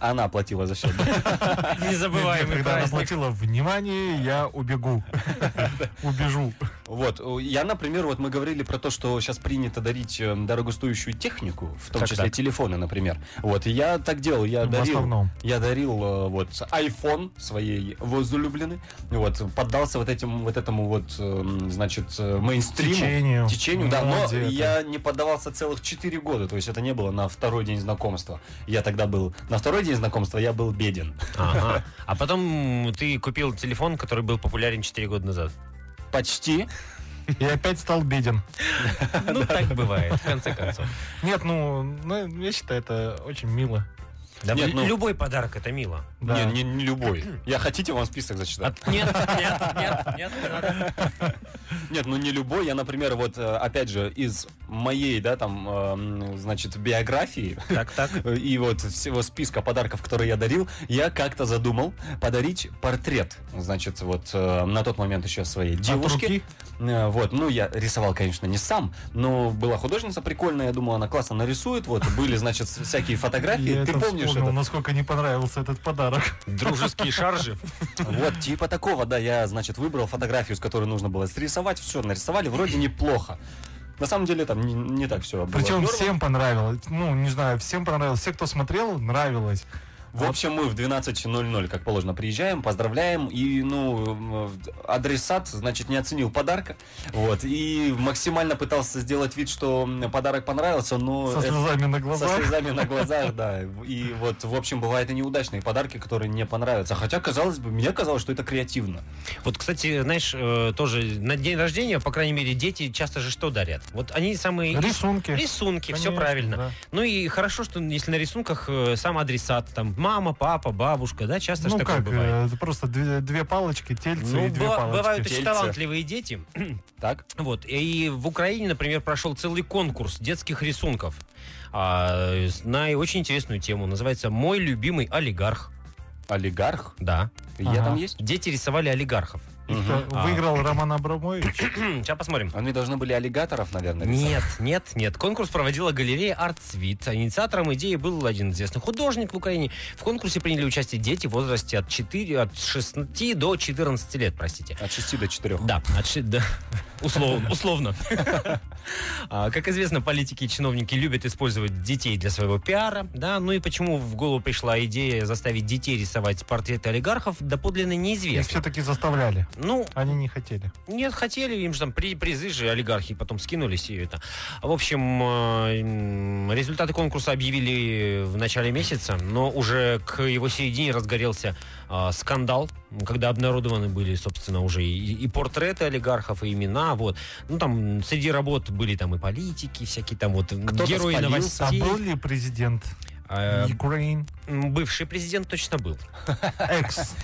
C: она платила за счет.
E: Нет,
D: Незабываемый
E: Когда она
D: праздник.
E: платила внимание, я убегу. Убежу.
C: Вот, э, я, например, вот мы говорили про то, что сейчас принято дарить э, дорогостоящую технику, в том
D: Так,
C: числе
D: так.
C: телефоны, например. Вот, и я так делал, я
E: Ну, В
C: дарил.
E: основном.
C: Я дарил э, вот iPhone своей возлюбленной, вот, поддался вот этим, вот этому вот, эм, значит, э, мейнстриму.
E: Течению.
C: Течению, да,
E: Ну,
C: но
E: где ты?
C: я не поддавался целых 4 года, то есть это не было на второй день знакомства. Я тогда был, на второй день знакомства я был беден.
D: Ага. А потом ты купил телефон, который был популярен 4 года назад.
C: Почти.
E: И опять стал беден.
D: Ну, так бывает, в конце концов.
E: Нет, ну, ну, я считаю, это очень мило.
C: Нет,
D: Л-
C: ну-
D: Любой подарок это мило.
E: Да.
C: Не, не, не любой. Я хотите вам список зачитать?
D: От- Нет, нет, нет, нет, не надо.
C: Нет, ну не любой. Я, например, вот э, опять же из моей, да, там, эм, значит, биографии
D: Так, так.
C: э, и вот всего списка подарков, которые я дарил, я как-то задумал подарить портрет, значит, вот э, на тот момент еще своей девушке.
E: руки?
C: Э, Вот, ну я рисовал, конечно, не сам, но была художница прикольная, я думал, она классно нарисует. Вот были, значит, всякие фотографии.
E: Я
C: Ты
E: это
C: помнишь
E: вспомнил,
C: это?
E: насколько не понравился этот подарок.
D: Дружеские шаржи.
C: Вот, типа такого, да, я, значит, выбрал фотографию, с которой нужно было срисовать, все, нарисовали, вроде неплохо. На самом деле там не, не так все было.
E: Причем
C: здорово.
E: всем понравилось. Ну, не знаю, всем понравилось. Все, кто смотрел, нравилось.
C: В общем, мы в 12.00, как положено, приезжаем, поздравляем, и, ну, э, адресат, значит, не оценил подарка, вот, и максимально пытался сделать вид, что подарок понравился, но...
E: Со
C: это-
E: слезами на
C: Со
E: глазах.
C: слезами на глазах, да. И вот, в общем, бывают и неудачные подарки, которые не понравятся. Хотя, казалось бы, мне казалось, что это креативно.
D: Вот, кстати, знаешь, э, тоже на день рождения, по крайней мере, дети часто же что дарят? Вот они самые...
E: Рисунки.
D: Рисунки, все
E: Конечно,
D: правильно.
E: да.
D: Ну и хорошо, что если на рисунках э, сам адресат, там мама, папа, бабушка, да, часто же
E: Ну
D: такое
E: как,
D: бывает.
E: э, это просто две, две палочки, тельцы
D: Ну,
E: и две
D: ба-
E: палочки.
D: бывают очень
C: Тельце.
D: талантливые дети.
C: Так?
D: Вот. И в Украине, например, прошел целый конкурс детских рисунков а, с- на очень интересную тему. Называется «Мой любимый олигарх».
C: Олигарх?
D: Да.
C: Я
E: Ага.
C: там есть?
D: Дети рисовали олигархов.
E: И
C: Мгм.
E: кто-
D: А.
E: Выиграл Роман Абрамович.
D: Сейчас посмотрим.
C: Они должны были аллигаторов, наверное, рисовать.
D: Нет, нет, нет. Конкурс проводила галерея «Артсвит». Инициатором идеи был один известный художник в Украине. В конкурсе приняли участие дети в возрасте от, 4, от 6 до 14 лет, простите.
C: От 6 до 4.
D: Да, отши- да. Условно. условно. А, Как известно, политики и чиновники любят использовать детей для своего пиара. Да, ну и почему в голову пришла идея заставить детей рисовать портреты олигархов, доподлинно
E: Их
D: неизвестно.
E: все-таки заставляли.
D: Ну,
E: Они не хотели.
D: нет, хотели, им же там при, призы же олигархи потом скинулись и это. В общем, э, м, результаты конкурса объявили в начале месяца, но уже к его середине разгорелся э, скандал, когда обнародованы были, собственно, уже и, и портреты олигархов, и имена, вот. Ну, там среди работ были там и политики, всякие там вот герои
C: спалился,
E: А
D: новостей.
E: был ли президент А
D: Э,
E: Украины?
D: м, Бывший президент точно был.
E: Экс.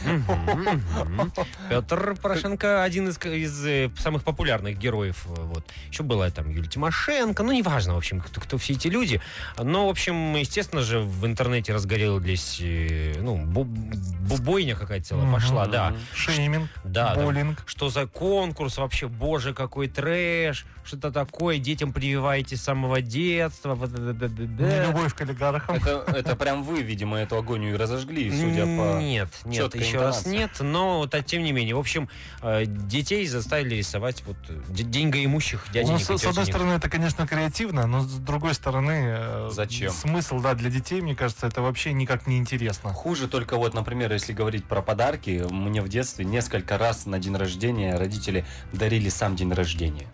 D: Петр Порошенко один из, из, э, самых популярных героев. э, Вот. Еще была там Юлия Тимошенко. Ну, неважно, в общем, кто, кто все эти люди. Но, в общем, естественно же, в интернете разгорелась э, ну, бу- бубойня какая-то целая
E: Мгм.
D: пошла, да.
E: Шейминг.
D: Да, да.
E: Буллинг.
D: Что за конкурс вообще, боже, какой трэш, что-то такое, детям прививаете с самого детства. вот это, да, да,
C: Э,
D: да.
E: Нелюбовь к олигархам.
C: Это, это прям вы, видимо, эту агонию и разожгли, судя по...
D: Нет, нет,
C: чёткой
D: еще раз
C: интонации.
D: нет, но вот, а тем не менее. В общем, э, детей заставили рисовать вот э, де- деньгоимущих
E: Ну,
D: дяденек и
E: с, с одной
D: тётенек.
E: стороны, это, конечно, креативно, но с другой стороны... э,
C: Зачем?
E: Смысл, да, для детей, мне кажется, это вообще никак не интересно.
C: Хуже только вот, например, если говорить про подарки, мне в детстве несколько раз на день рождения родители дарили сам день рождения.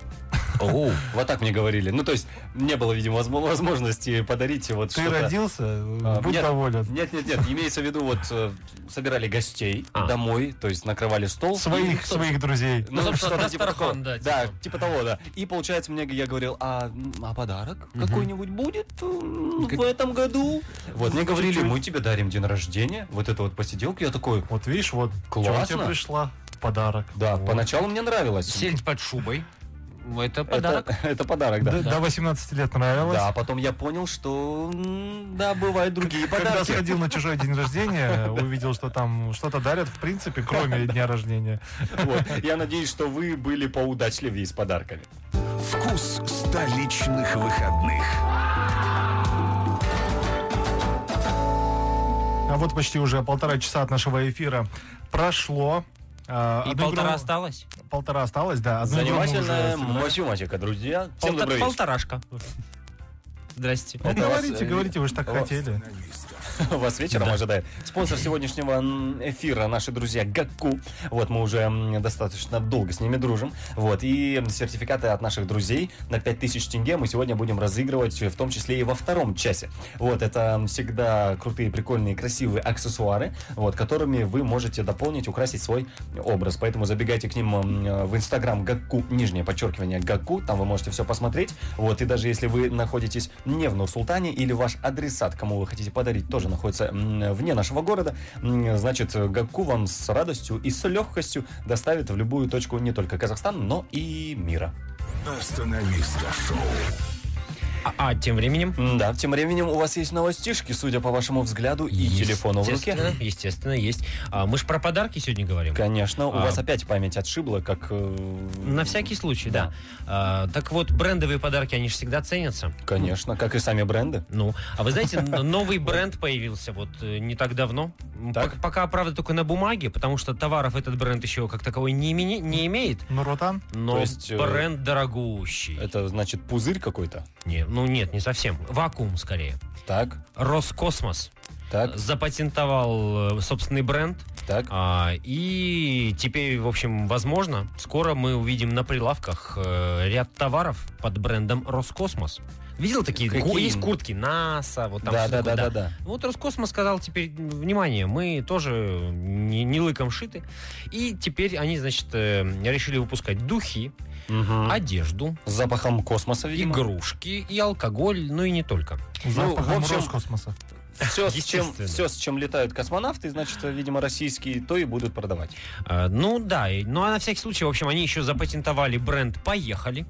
D: Оу.
C: Вот так мне говорили. Ну, то есть, не было, видимо, возмо- возможности подарить вот
E: Ты
C: что-то.
E: родился, э,
C: А,
E: будь
C: нет.
E: доволен.
C: Нет, нет, нет, имеется в виду, вот э, собирали гостей
D: А.
C: домой, то есть накрывали стол.
E: Своих,
C: И-
E: своих друзей.
D: Ну, собственно,
C: что-то
D: даст
C: типа
D: таракан,
C: такого.
D: да,
C: Да,
D: типа.
C: типа того, да. И получается, мне я говорил, а, м, а подарок
D: Мгм.
C: какой-нибудь будет м, в этом году? Ну, Вот мне говорили, мы тебе дарим день рождения, вот это вот посиделка. Я такой,
E: Вот видишь, вот чего
C: Классно.
E: тебе пришла подарок.
C: да,
D: Вот.
C: поначалу мне нравилось.
D: Сельдь под шубой. Ну, Это
C: Это,
D: подарок.
C: это подарок, да.
E: До, до 18 лет нравилось.
C: Да, а потом я понял, что м, да, бывают другие
E: Когда
C: подарки.
E: сходил на чужой день рождения, увидел, что там что-то дарят, в принципе, кроме дня рождения.
C: Вот. Я надеюсь, что вы были поудачливее с подарками.
B: Вкус столичных выходных.
E: А вот почти уже полтора часа от нашего эфира прошло. А,
D: И
E: одну игру-
D: полтора осталось.
E: полтора осталось, да. Одну игру мы уже
C: Занимательная
E: сыграли.
C: математика, друзья. Всем
D: Полта-
C: добрый вечер.
D: Полторашка. Здрасте.
E: Ну,
C: Это вас,
E: говорите,
C: э,
E: говорите, вы же так
C: вас-
E: хотели.
C: Вас вечером ожидает. Спонсор сегодняшнего м, эфира наши друзья Гаку. Вот мы уже м, достаточно долго с ними дружим. Вот и сертификаты от наших друзей на 5000 тенге мы сегодня будем разыгрывать, в том числе и во втором часе. Вот это всегда крутые, прикольные, красивые аксессуары, вот которыми вы можете дополнить, украсить свой образ. Поэтому забегайте к ним м, э, в инстаграм Гаку, нижнее подчеркивание Гаку, там вы можете все посмотреть. Вот, и даже если вы находитесь не в Нур-Султане или ваш адресат, кому вы хотите подарить, тоже находится м, вне нашего города, м, значит, Гаку вам с радостью и с легкостью доставит в любую точку не только Казахстана, но и мира.
B: Остановиста шоу.
D: А, а тем временем...
C: М, Да, тем временем у вас есть новостишки, судя по вашему взгляду, и телефону в руке.
D: Естественно, Естественно, есть. А, мы же про подарки сегодня говорим.
C: Конечно, у
D: А.
C: вас опять память отшибла, как... э,
D: На всякий случай, да. А, так вот, брендовые подарки, они же всегда ценятся.
C: Конечно, как и сами бренды.
D: Ну, а вы знаете, н- новый бренд появился вот э, не так давно. М,
C: Так.
D: пок- Пока, правда, только на бумаге, потому что товаров этот бренд еще как таковой не, имени- не имеет.
E: Ну, Ротан,
D: Но
C: То есть, э,
D: бренд дорогущий.
C: Это значит пузырь какой-то.
D: Не, ну нет, не совсем. Вакуум скорее.
C: Так,
D: Роскосмос
C: так,
D: запатентовал э, собственный бренд.
C: так.
D: А, и теперь, в общем, возможно, скоро мы увидим на прилавках э, ряд товаров под брендом Роскосмос. Видел такие?
C: Какие?
D: Ку- Есть куртки НАСА, вот там
C: Да,
D: всё
C: да,
D: такое,
C: да, да, да.
D: Ну, Вот Роскосмос сказал теперь, внимание, мы тоже не, не лыком шиты. И теперь они, значит, э, решили выпускать духи,
C: Мгм.
D: одежду,
C: С запахом космоса, видимо.
D: игрушки и алкоголь, ну и не только.
C: в
E: запахом
C: общем,
E: Роскосмоса.
C: Все, с чем,
D: Естественно.
C: все, с чем летают космонавты, значит, видимо, российские, то и будут продавать.
D: А, ну да, и- ну а на всякий случай, в общем, они еще запатентовали бренд «Поехали».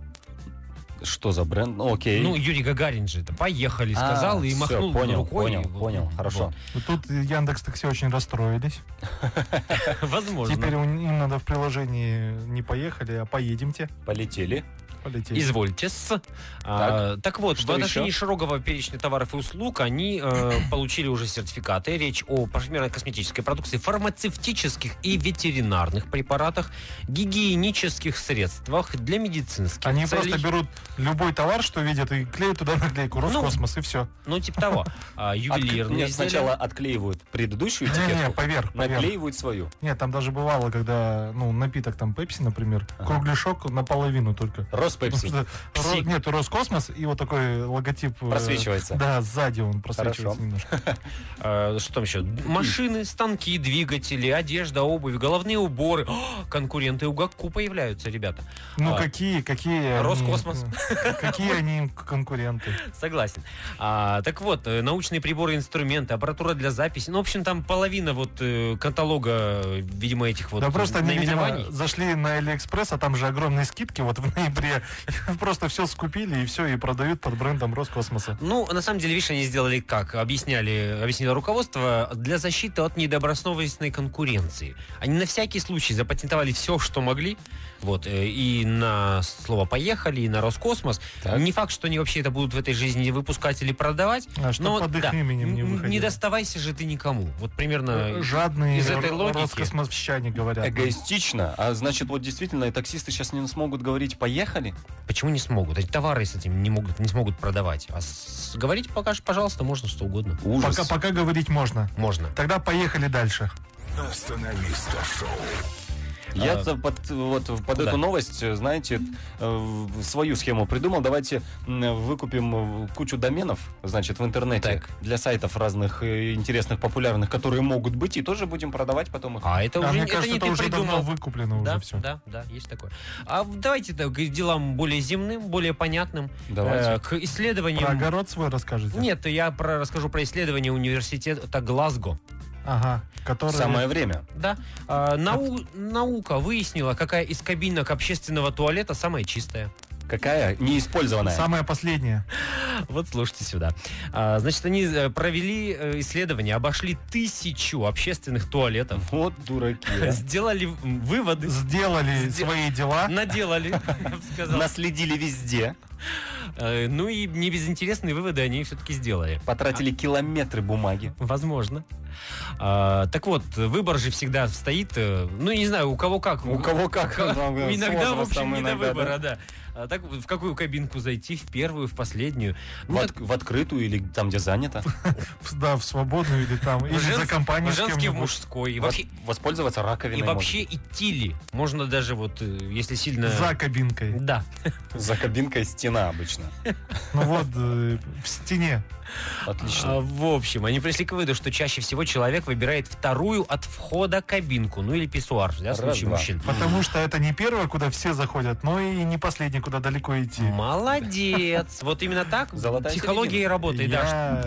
C: Что за бренд? Ну, окей.
D: Ну, Юрий Гагарин же это «Поехали»
C: А,
D: сказал и
C: всё,
D: махнул
C: понял,
D: рукой.
C: понял,
D: и вот-
C: понял,
D: вот.
C: хорошо.
E: Вот Тут Яндекс Такси очень расстроились.
D: Возможно.
C: ну.
E: Теперь у- им надо в приложении не поехали, а поедемте.
C: Полетели.
E: Полетели.
D: Извольте. Так. А, так вот,
C: Что
D: в отношении
C: еще?
D: широкого перечня товаров и услуг они э, получили уже сертификаты. Речь о парфюмерно-косметической продукции, фармацевтических и ветеринарных препаратах, гигиенических средствах для медицинских
E: Они
D: целей.
E: просто берут любой товар, что видят, и клеят туда наклейку Роскосмос, и все.
D: Ну, типа того. А,
C: Отк-
D: Ювелирные
C: Нет,
D: изделия.
C: сначала отклеивают предыдущую
E: Не-не,
C: этикетку,
E: поверх, поверх.
C: наклеивают свою.
E: Нет, там даже бывало, когда, ну, напиток там Пепси, например, кругляшок наполовину только.
C: Роспепси.
E: Потому что Ро-
D: Псик.
E: нет, Роскосмос и вот такой логотип. э,
C: Просвечивается.
E: Да, сзади он просвечивается
C: Хорошо.
E: немножко.
D: А, что там еще? Машины, станки, двигатели, одежда, обувь, головные уборы. О, конкуренты УГАКУ появляются, ребята.
E: Ну
D: А.
E: какие, какие. они,
D: Роскосмос.
E: э, Какие они им конкуренты?
D: Согласен. А, так вот, э, научные приборы, инструменты, аппаратура для записи. Ну, в общем, там половина вот э, каталога, э, видимо, этих вот
E: да просто они,
D: наименований.
E: видимо, зашли на Алиэкспресс, а там же огромные скидки, вот в ноябре. Просто все скупили и все, и продают под брендом Роскосмоса.
D: Ну, на самом деле, видишь, они сделали как? Объясняли, объяснило руководство, для защиты от недобросовестной конкуренции. Они на всякий случай запатентовали все, что могли. Вот, э, и на слово «поехали», и на «Роскосмос».
C: Так.
D: Не факт, что они вообще это будут в этой жизни выпускать или продавать.
E: А, чтоб
D: но
E: под их
D: Ну, да,
E: именем не Э,
D: н- Не
E: выходило.
D: доставайся же ты никому. Вот примерно...
E: Жадные
D: из этой
E: ро-
D: логики-
E: роскосмосчане говорят.
C: Эгоистично. А значит, вот действительно, и таксисты сейчас не смогут говорить «поехали».
D: Почему не смогут? Эти товары с этим не, могут, не смогут продавать. А с- говорить пока, ж, пожалуйста, можно что угодно.
C: Ужас.
E: Пока, пока говорить можно.
D: Можно.
E: Тогда поехали дальше.
B: Остановиста шоу.
C: Я за- под, вот, под
D: Да.
C: эту новость, э, знаете, э, в- свою схему придумал. Давайте м, выкупим э, кучу доменов, значит, в интернете
D: Так.
C: для сайтов разных э, интересных, популярных, которые могут быть, и тоже будем продавать потом их.
D: А это
E: А
D: уже,
E: мне
D: это
E: кажется,
D: не
E: это
D: ты
E: уже
D: придумал.
E: давно выкуплено
D: да,
E: уже все.
D: да, да, есть такое. А в- давайте так, к делам более земным, более понятным.
C: Давайте.
D: Э, к исследованиям.
E: Про огород свой расскажете?
D: Нет, я про, расскажу про исследование университета Глазго.
E: Ага.
D: э,
E: Который...
C: Самое время.
D: Да. А, нау- наука выяснила, какая из кабинок общественного туалета самая чистая.
C: Какая? Неиспользованная.
E: Самое последнее.
D: Вот слушайте сюда. А, значит, они э, провели э, исследование, обошли тысячу общественных туалетов,
C: Вот дураки. а.
D: сделали м, выводы,
E: Сделали
D: Сде-
E: свои дела.
D: наделали, я бы сказал.
C: Наследили везде.
D: Э, Ну и не безинтересные выводы они все-таки сделали.
C: Потратили километры бумаги.
D: Возможно. А, так вот, выбор же всегда стоит. э, Ну, я не знаю, у кого как.
C: У кого как. там, э, с
D: Иногда, в общем,
C: возрастом,
D: не до
C: иногда, да.
D: выбора, да. А так в какую кабинку зайти, в первую, в последнюю.
C: В,
D: Ну,
C: от- в открытую или там, где занято.
E: Да, в свободную или там.
D: В
E: Ну, Или за
D: женс-
E: компанию
D: в
E: с
D: женский, в
E: кем-нибудь.
D: мужской. И вообще,
C: Вос- Воспользоваться
D: и
C: раковиной.
D: вообще идти ли? Можно даже вот, э, если сильно...
E: За кабинкой.
D: Да.
C: можно. За кабинкой стена обычно.
E: Ну вот, э, в стене.
C: Отлично.
D: А, в общем, они пришли к выводу, что чаще всего человек выбирает вторую от входа кабинку, ну или писсуар, для
C: Раз,
D: случае
C: два.
D: мужчин.
E: Потому что это не первое, куда все заходят, но и не последнее, куда далеко идти.
D: Молодец. Вот именно так
C: Золотая
D: психология и работает. да,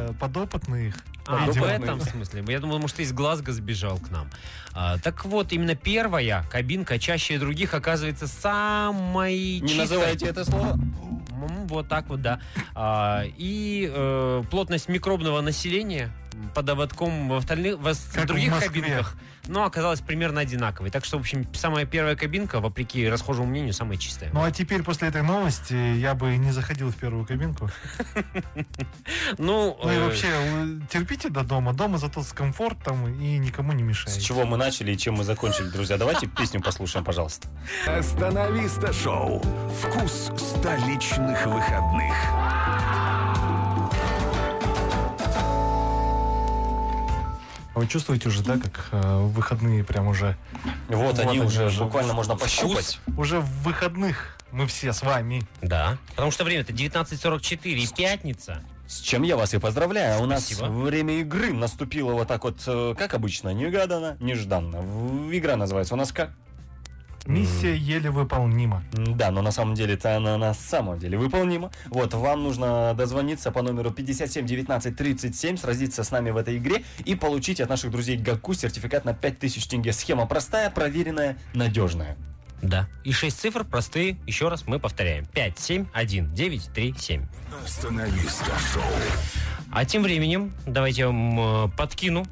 E: Я подопытных.
D: А, в
E: видимо.
D: этом смысле. Я думал, может, ты из Глазго сбежал к нам. А, так вот, именно первая кабинка чаще других оказывается самой
C: Не
D: чистой.
C: называйте это слово.
D: М, Вот так вот, да. А, и э, плотность микробного населения под ободком в, остальных, в ос-
E: Как в
D: других
E: Москве.
D: кабинках, ну, оказалась примерно одинаковой. Так что, в общем, самая первая кабинка, вопреки расхожему мнению, самая чистая.
E: Ну а теперь после этой новости я бы не заходил в первую кабинку.
D: Ну,
E: Ну и
D: э,
E: вообще, э, терпите до дома. Дома зато с комфортом и никому не
C: С
E: мешает.
C: чего мы начали и чем мы закончили, друзья. Давайте песню послушаем, пожалуйста.
B: Остановиста шоу. Вкус столичных выходных.
E: А Вы чувствуете уже, да, как э, выходные прям уже...
C: Вот,
E: Вот
C: они
E: они
C: уже
E: уже.
C: буквально можно пощупать.
E: Уже в выходных мы все с вами.
D: Да. Потому что время-то 19.44 и пятница.
C: С чем я вас и поздравляю. У нас
D: Спасибо.
C: время игры наступило вот так вот, э, как обычно, негаданно, нежданно. В- Игра называется у нас как?
E: Миссия еле выполнима.
C: М, Да, но на самом деле это она на самом деле выполнима. Вот, вам нужно дозвониться по номеру 57 19 37, сразиться с нами в этой игре и получить от наших друзей Гаку сертификат на 5000 тенге. Схема простая, проверенная, надежная.
D: Да. И шесть цифр простые. Еще раз мы повторяем. 5, 7, 1, 9, 3, 7.
B: Остановиста шоу.
D: А тем временем, давайте я вам э, подкину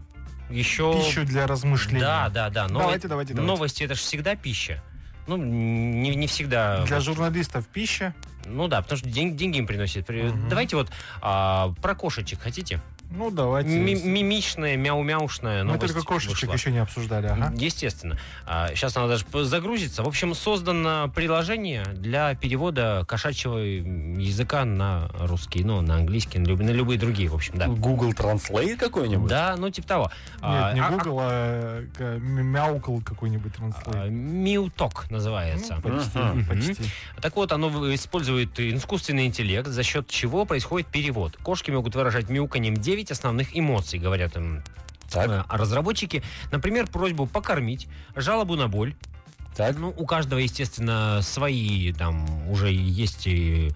D: еще...
E: Пищу для размышлений.
D: Да, да, да. ново-
E: Давайте, давайте, давайте.
D: Новости это же всегда пища. ну, не, не всегда.
E: Для журналистов пища.
D: Ну да, потому что ден- деньги им приносит. При-
E: Мгм.
D: Давайте вот а, про кошечек хотите?
E: Ну, давайте.
D: Ми- мимичная, мяу-мяушная
E: Мы
D: новость
E: Ну, только кошечек
D: вышла.
E: еще не обсуждали, ага.
D: Естественно. Сейчас надо даже п- загрузиться. В общем, создано приложение для перевода кошачьего языка на русский, ну, на английский, на, люб- на любые другие, в общем, да.
C: Google Translate какой-нибудь?
D: Да, ну, типа того. А,
E: Нет, не
D: а-
E: Google, а э, мяукал какой-нибудь
D: а,
E: транслейт.
D: Миуток называется.
E: Ну, почти,
C: Мгм.
E: почти.
D: Так вот, оно в- использует искусственный интеллект, за счет чего происходит перевод. Кошки могут выражать мяуканьем 9 основных эмоций, говорят им
C: Так.
D: э, а разработчики. Например, просьбу покормить, жалобу на боль.
C: Так.
D: Ну, у каждого, естественно, свои там уже есть и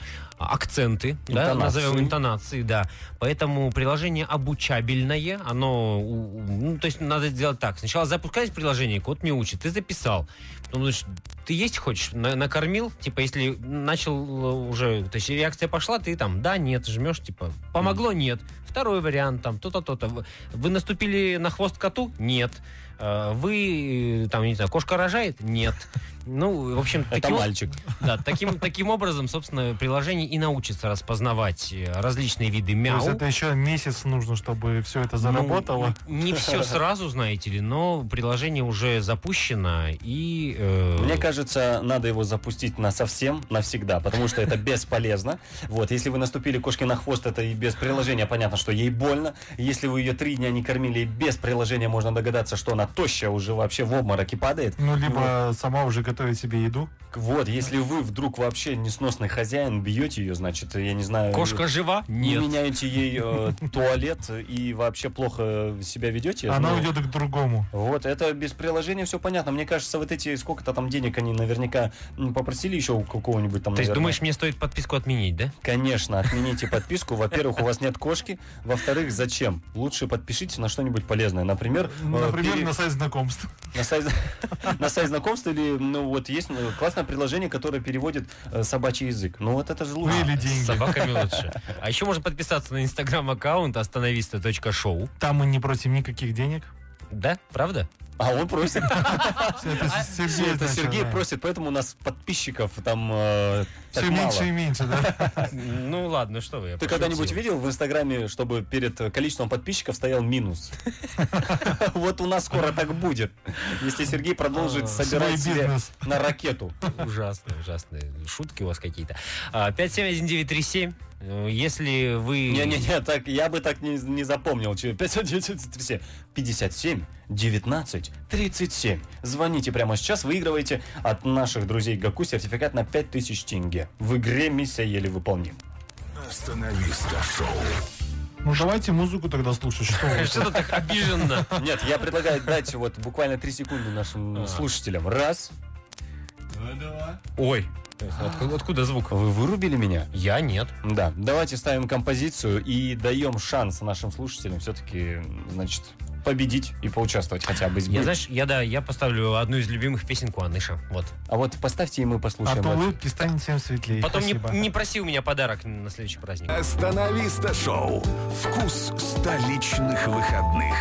D: акценты, да,
C: Интонации.
D: назовем интонации, да. Поэтому приложение обучабельное, оно, у- у- ну, то есть надо сделать так. Сначала запускаешь приложение, кот не учит, ты записал. Потом думаешь, ты есть хочешь, На- накормил, типа, если начал э, уже, то есть реакция пошла, ты там, да, нет, жмешь, типа, помогло, нет. Второй вариант, там, то-то, то-то. Вы- Вы наступили на хвост коту? Нет. Э, Вы, э, там, не знаю, кошка рожает? Нет. Ну, в общем,
C: Это
D: таким-
C: мальчик.
D: да, таким, таким образом, собственно, приложение и научится распознавать э, различные виды мяу.
E: То есть это еще месяц нужно, чтобы все это заработало.
D: Ну, не все сразу, знаете ли, но приложение уже запущено и... э,
C: Мне кажется, надо его запустить на совсем, навсегда, потому что это бесполезно. Вот, если вы наступили кошке на хвост, это и без приложения понятно, что ей больно. Если вы ее три дня не кормили, и без приложения можно догадаться, что она тощая уже вообще в обмороке падает.
E: Ну, либо сама уже готовит себе еду.
C: Вот, если вы вдруг вообще несносный хозяин, бьете ее, значит, я не знаю...
D: Кошка жива?
C: Не
D: Нет.
C: меняете ей э, туалет и вообще плохо себя ведете.
E: Она
C: ну,
E: уйдет к другому.
C: Вот, это без приложения все понятно. Мне кажется, вот эти сколько-то там денег они наверняка м, попросили еще у какого-нибудь там.
D: То есть
C: наверное.
D: думаешь, мне стоит подписку отменить, да?
C: Конечно, отмените подписку. Во-первых, у вас нет кошки. Во-вторых, зачем? Лучше подпишитесь на что-нибудь полезное. Например, э,
E: Например,
C: пере-
E: на сайт знакомств.
C: на сайт, на сайт знакомств или, ну, вот есть ну, классное приложение, которое переводит э, собачий язык. Ну, вот это же
E: Ну,
C: лучше.
E: или
D: А, С
E: деньги.
D: собаками лучше. А еще можно подписаться на инстаграм-аккаунт остановиста.шоу.
E: Там мы не просим никаких денег.
D: Да? Правда?
C: А он просит.
E: Всё Это Сергей,
C: Это
E: значит,
C: Сергей
E: да.
C: просит, поэтому у нас подписчиков там э, так
E: Все
C: мало.
E: меньше и меньше, да?
D: Ну ладно, что вы. я
C: Ты
D: пошутил.
C: когда-нибудь видел в Инстаграме, чтобы перед э, количеством подписчиков стоял минус? Вот у нас скоро так будет, если Сергей продолжит собирать
E: А, Свой
C: себе
E: бизнес.
C: на ракету.
D: Ужасные, ужасные шутки у вас какие-то. А, 571-937. э, Если вы...
C: Не-не-не, так я бы так не, не запомнил. Че- 597, 57, 19, 37. Звоните прямо сейчас, выигрывайте от наших друзей Гаку сертификат на 5000 тенге. В игре миссия еле выполним.
B: Остановиста шоу.
E: Ну, давайте музыку тогда слушать. Что вы?
D: Что-то так обиженно.
C: Нет, я предлагаю дать вот буквально 3 секунды нашим
D: А.
C: слушателям. Раз.
D: Ой. Откуда, откуда звук?
C: Вы вырубили меня?
D: Я нет.
C: Да, давайте ставим композицию и даем шанс нашим слушателям все-таки, значит, победить и поучаствовать хотя бы.
D: Я, знаешь, я, да, я поставлю одну из любимых песенку Аныша. Вот.
C: А вот поставьте, и мы
D: а
C: послушаем.
E: От
C: это.
E: улыбки станет всем светлее.
D: Потом не,
E: Спасибо.
D: не проси у меня подарок на следующий праздник.
B: Остановиста шоу. Вкус столичных выходных.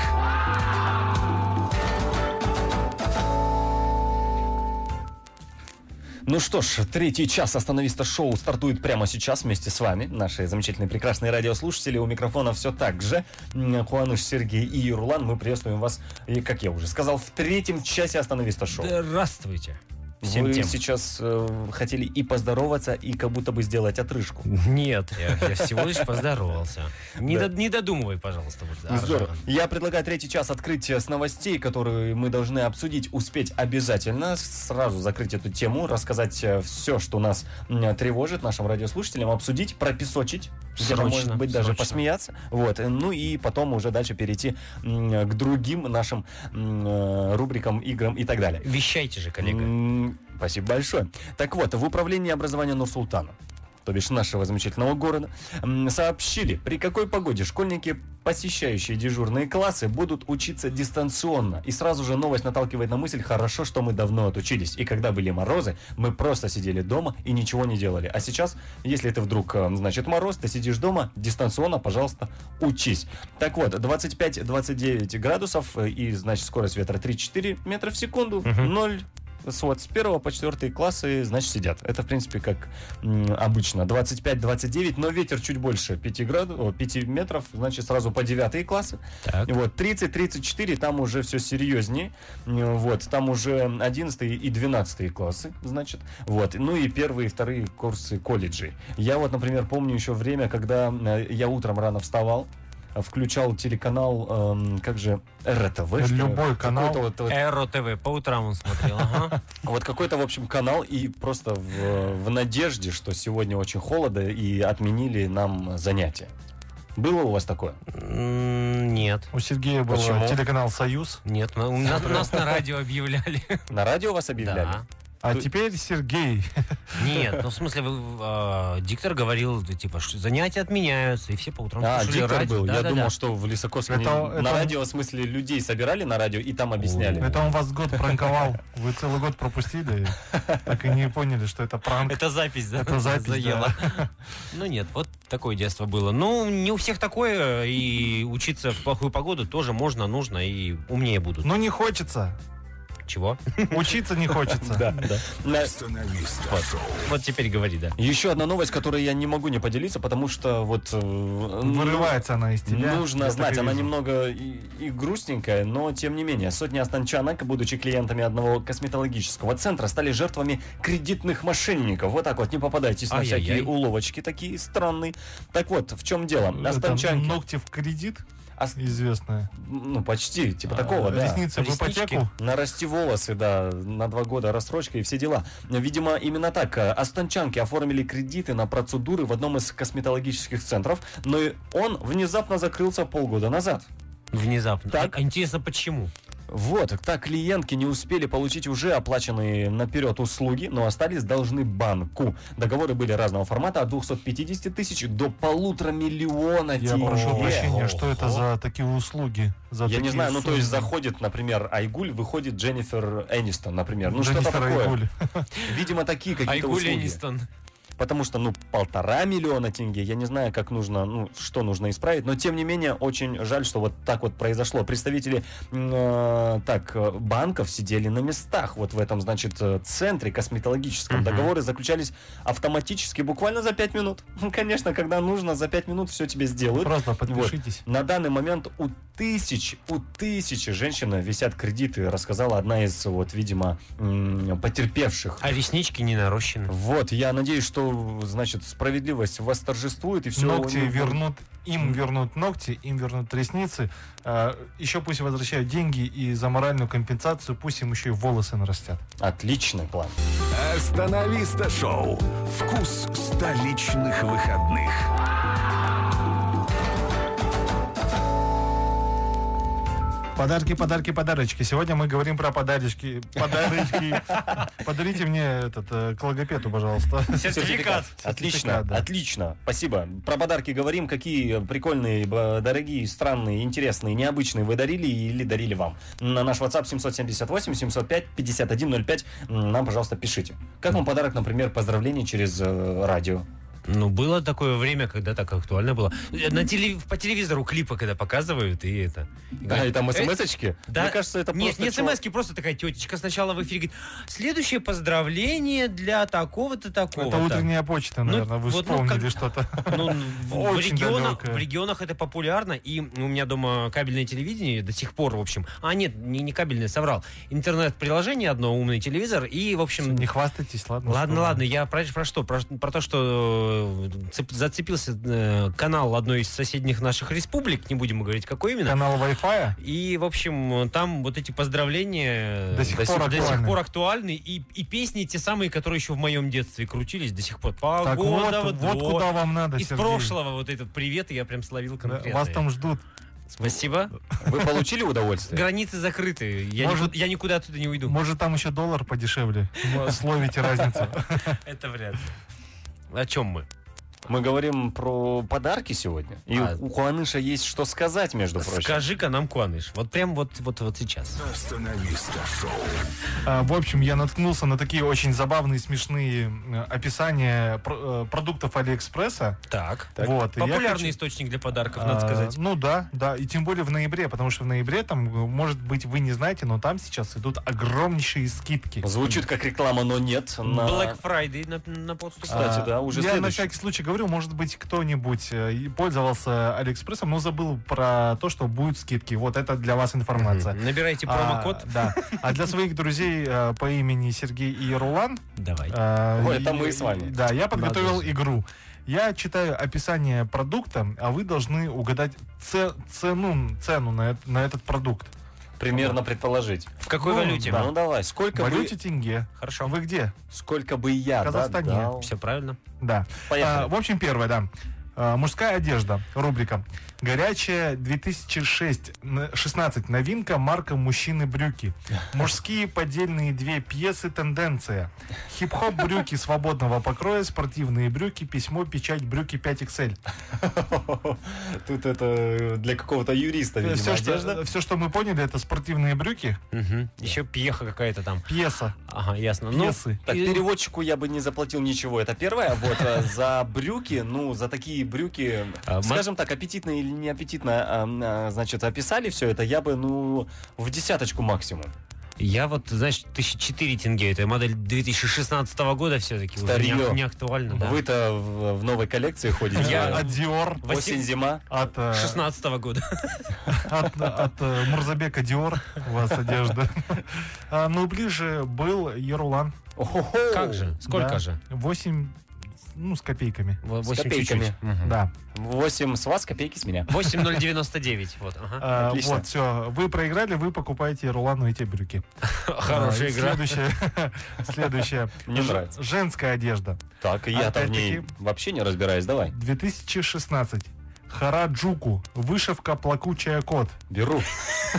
C: Ну что ж, третий час остановиста шоу стартует прямо сейчас вместе с вами. Наши замечательные, прекрасные радиослушатели. У микрофона все так же. М, Куаныш, Сергей и Юрлан. Мы приветствуем вас, и, как я уже сказал, в третьем часе остановиста шоу.
D: Здравствуйте. Всем
C: Вы
D: тем.
C: сейчас э, хотели и поздороваться, и как будто бы сделать отрыжку.
D: Нет, я, я всего лишь поздоровался. Не,
C: Да.
D: дод- не додумывай, пожалуйста. вот, Аржан.
C: Здорово. Я предлагаю третий час открыть э, с новостей, которые мы должны обсудить, успеть обязательно. Сразу закрыть эту тему, рассказать все, что нас м, тревожит нашим радиослушателям, обсудить, пропесочить, где-то,
D: Срочно,
C: может быть, даже
D: срочно.
C: посмеяться. Вот. э, Ну и потом уже дальше перейти м, к другим нашим м, э, рубрикам, играм и так далее.
D: Вещайте же, коллега.
C: М, Спасибо большое. Так вот, в управлении образования Нурсултана, то бишь нашего замечательного города, м, сообщили, при какой погоде школьники, посещающие дежурные классы, будут учиться дистанционно. И сразу же новость наталкивает на мысль, хорошо, что мы давно отучились. И когда были морозы, мы просто сидели дома и ничего не делали. А сейчас, если ты вдруг, э, значит, мороз, ты сидишь дома, дистанционно, пожалуйста, учись. Так вот, 25-29 градусов э, и, значит, скорость ветра 3-4 метра в секунду,
D: Мгм.
C: 0 с, вот, с 1 по 4 классы, значит, сидят. Это, в принципе, как м, обычно. 25-29, но ветер чуть больше 5, градусов, 5 метров, значит, сразу по 9 классы.
D: Так.
C: Вот, 30-34, там уже все серьезнее. М, Вот, там уже 11 и 12 классы, значит. Вот, ну и первые и вторые курсы колледжей. Я вот, например, помню еще время, когда э, я утром рано вставал, э, включал телеканал, эм, как же, РТВ. что ли?
E: Любой канал.
C: Какой-то вот- вот
D: Эро ТВ, по утрам он смотрел, ага.
C: вот какой-то, в общем, канал, и просто в, в надежде, что сегодня очень холодно, и отменили нам занятия. Было у вас такое?
D: М, Нет.
E: У Сергея был
C: Почему?
E: телеканал «Союз».
D: Нет, ну, у нас, нас на радио объявляли.
C: На радио вас объявляли?
D: Да.
E: А
C: Ты-
E: теперь Сергей.
D: Нет, ну в смысле, вы, э, диктор говорил, да, типа, что занятия отменяются, и все по утрам
C: А,
D: слушали
C: диктор
D: радио.
C: был.
D: Да,
C: Я
D: да,
C: думал,
D: да.
C: что в Лисаковске
E: Это-
C: не-
E: это-
C: на радио, в смысле, людей собирали на радио и там объясняли.
E: Это он вас год пранковал. Вы целый год пропустили. Так и не поняли, что это пранк.
D: Это запись, да?
E: Это запись,
D: Заела. Ну нет, вот такое детство было. Ну, не у всех такое, и учиться в плохую погоду тоже можно, нужно, и умнее будут.
E: Ну не хочется.
D: Чего?
E: Учиться не
C: Да,
E: хочется.
C: да. На-
B: Останови шоу.
D: Вот теперь говори, да.
C: Еще одна новость, которой я не могу не поделиться, потому что вот... э, ну,
E: Вырывается она из тебя.
C: Нужно
E: Я так
C: знать,
E: и
C: она
E: вижу.
C: немного и, и грустненькая, но тем не менее. Сотни астанчанок, будучи клиентами одного косметологического центра, стали жертвами кредитных мошенников. Вот так вот, не попадайтесь на
D: Ай-яй-яй.
C: всякие уловочки такие странные. Так вот, в чем дело?
E: Это
C: Астанчанки...
E: э, Ногти в кредит
C: ас-
E: известная.
C: Ну, почти, типа
E: А,
C: А такого, да.
E: Ресницы в
D: Реснички.
E: ипотеку.
C: Нарасти волосы, да, на два года рассрочка и все дела. Видимо, именно так. э, Астанчанки оформили кредиты на процедуры в одном из косметологических центров, но и он внезапно закрылся полгода назад.
D: Внезапно.
C: Так.
D: А Интересно, почему?
C: Вот, так клиентки не успели получить уже оплаченные наперед услуги, но остались должны банку. Договоры были разного формата, от 250 тысяч до полутора миллиона
E: Я
C: тенге.
E: прошу прощения,
D: Ого.
E: что это за такие услуги? За
C: Я не
E: такие
C: знаю, ну то
E: суммы?
C: есть заходит, например, Айгуль, выходит Дженнифер Энистон, например. Ну что-то
E: Дженнифер
C: такое.
E: Айгуль.
C: Видимо, такие какие-то
D: Айгуль
C: услуги.
D: Энистон.
C: Потому что, ну, полтора миллиона тенге, я не знаю, как нужно, ну, что нужно исправить, но, тем не менее, очень жаль, что вот так вот произошло. Представители, м, э, так, э, банков сидели на местах, вот в этом, значит, э, центре косметологическом.
D: Мгм.
C: Договоры заключались автоматически, буквально за пять минут. Конечно, когда нужно, за пять минут все тебе сделают.
E: Просто подпишитесь.
C: На данный момент у тысяч, у тысячи женщин висят кредиты, рассказала одна из, вот, видимо, м, потерпевших.
D: А реснички не нарощены.
C: Вот, я надеюсь, что, значит, справедливость восторжествует и все...
E: ногти вернут, им вернут ногти, им вернут ресницы. А, еще пусть возвращают деньги и за моральную компенсацию пусть им еще и волосы нарастят.
C: Отличный план.
B: Остановиста шоу. Вкус столичных выходных.
E: Подарки, подарки, подарочки. Сегодня мы говорим про подарочки. Подарочки. Подарите мне этот э, к логопеду, пожалуйста.
D: Сертификат.
C: Отлично,
E: Сертификат, да.
C: отлично. Спасибо. Про подарки говорим, какие прикольные, б- дорогие, странные, интересные, необычные вы дарили или дарили вам. На наш WhatsApp 778 705 5105 м, нам, пожалуйста, пишите. Как вам подарок, например, поздравление через э, радио?
D: Ну, было такое время, когда так актуально было. Э, На теле- По телевизору клипы, когда показывают, и это... и
C: Да,
D: говорят,
C: и там
D: «Э,
C: смс-очки?
D: Да.
C: Мне кажется, это
D: Нет,
C: просто...
D: не
C: чувак-
D: смс просто такая тетечка сначала в эфире говорит, следующее поздравление для такого-то, такого-то.
E: Это утренняя почта, наверное. Вы
D: вот, ну,
E: вспомнили
D: как-
E: что-то.
D: Ну, в, в
E: Очень
D: регионах,
E: далекая.
D: в регионах это популярно, и у меня дома кабельное телевидение до сих пор, в общем. А, нет, не, не кабельное, соврал. Интернет-приложение одно, умный телевизор, и, в общем...
E: Не хвастайтесь, ладно.
D: Ладно,
E: что-
D: ладно, я про, про что? Про, про то, что э, цеп- зацепился э, канал одной из соседних наших республик, не будем говорить, какой именно.
E: Канал Wi-Fi.
D: И, в общем, там вот эти поздравления э,
E: До сих пор
D: до
E: актуальны.
D: сих пор актуальны. И, и песни те самые, которые еще в моем детстве крутились до сих пор.
E: Так
D: Погода,
E: вот,
D: во
E: вот
D: двор.
E: куда вам надо,
D: Из
E: Сергей.
D: прошлого вот этот привет, я прям словил
E: Да,
D: конкретно.
E: Вас там ждут.
D: Спасибо.
C: Вы получили удовольствие?
D: Границы закрыты. Я,
E: Может-
D: нику- я никуда оттуда не уйду.
E: Может, там еще доллар подешевле. Словите разницу.
D: Это вряд ли. О чем мы?
C: Мы говорим про подарки сегодня. И
D: А.
C: у Куаныша есть что сказать, между прочим.
D: Скажи-ка нам, Куаныш, вот прям вот, вот, вот сейчас.
B: Остановиста шоу.
E: А, В общем, я наткнулся на такие очень забавные, смешные э, описания про- э, продуктов Алиэкспресса.
D: Так.
E: Вот, и я
D: Популярный
E: хочу-
D: источник для подарков,
E: А,
D: надо сказать.
E: Ну да, да. И тем более в ноябре, потому что в ноябре там, э, может быть, вы не знаете, но там сейчас идут огромнейшие скидки.
C: Звучит как реклама, но нет. На...
D: Black Friday на, на подступах.
C: Кстати,
E: А,
C: да, уже
E: Я на
C: следующий.
E: всякий случай говорю, может быть, кто-нибудь э, и пользовался Алиэкспрессом, но забыл про то, что будут скидки. Вот это для вас информация.
D: Набирайте Типа промокод.
E: А, да. А для своих друзей э, по имени Сергей и Рулан
D: Давай.
E: А,
C: Ой,
E: и-
C: это мы с вами.
E: Да, я подготовил
D: Надо же.
E: игру. Я читаю описание продукта, а вы должны угадать це- цену, цену на, эт- на этот продукт.
C: Примерно предположить.
D: В какой
E: ну,
D: валюте?
E: да.
C: Ну давай, сколько
E: В
C: бы,
E: валюте тенге.
D: Хорошо.
E: Вы где?
C: сколько бы я да,
E: Казахстане.
C: дал?
D: Все правильно.
E: Да.
C: Поехали.
E: А, в общем, первое, да. А, мужская одежда. Рубрика. Горячая 2006-16 новинка марка «Мужчины брюки». Мужские поддельные две пьесы «Тенденция». Хип-хоп брюки свободного покроя, спортивные брюки, письмо, печать, брюки 5XL.
C: А, Тут это для какого-то юриста, видимо,
E: все,
C: одежда.
E: что, все, что мы поняли, это спортивные брюки,
D: Еще пьеха какая-то там.
E: пьеса,
D: Ага, ясно. Ну,
E: пьесы.
C: Так,
D: И-
C: переводчику я бы не заплатил ничего, это первое. А Вот э, за брюки, ну, за такие брюки,
D: А, ма-
C: скажем так, аппетитно или неаппетитно, а, а, значит, описали все это, я бы, ну, в десяточку максимум.
D: Я вот, знаешь, 1004 тенге. Это модель 2016 года все-таки. Уже не,
C: Старье.
D: не актуально, да.
C: Вы-то в, в новой коллекции ходите.
D: Я-
E: Э, От Диор,
D: Восем-
C: Осень-зима.
E: от, э,
D: 16 года.
E: От, от, э, Мурзабека Диор у вас одежда. А, Ну, ближе был Ерулан.
D: Как же? Сколько
E: Да.
D: же?
E: 8, ну, с копейками.
D: Во-
C: С
D: восемь
C: копейками.
D: чуть-чуть. Мгм.
E: Да.
C: 8 с вас, копейки с меня.
D: 8099. Вот, ага.
E: А,
C: отлично.
E: вот, все. Вы проиграли, вы покупаете Рулану и те брюки.
D: Хорошая
E: А, и
D: игра.
E: Следующее. следующее.
C: Мне
E: Ж-
C: нравится.
E: Женская одежда.
C: Так, и я-то в ней
E: Опять-таки.
C: А вообще не разбираюсь. Давай,
E: 2016. Хараджуку. Вышивка плакучая кот.
C: беру.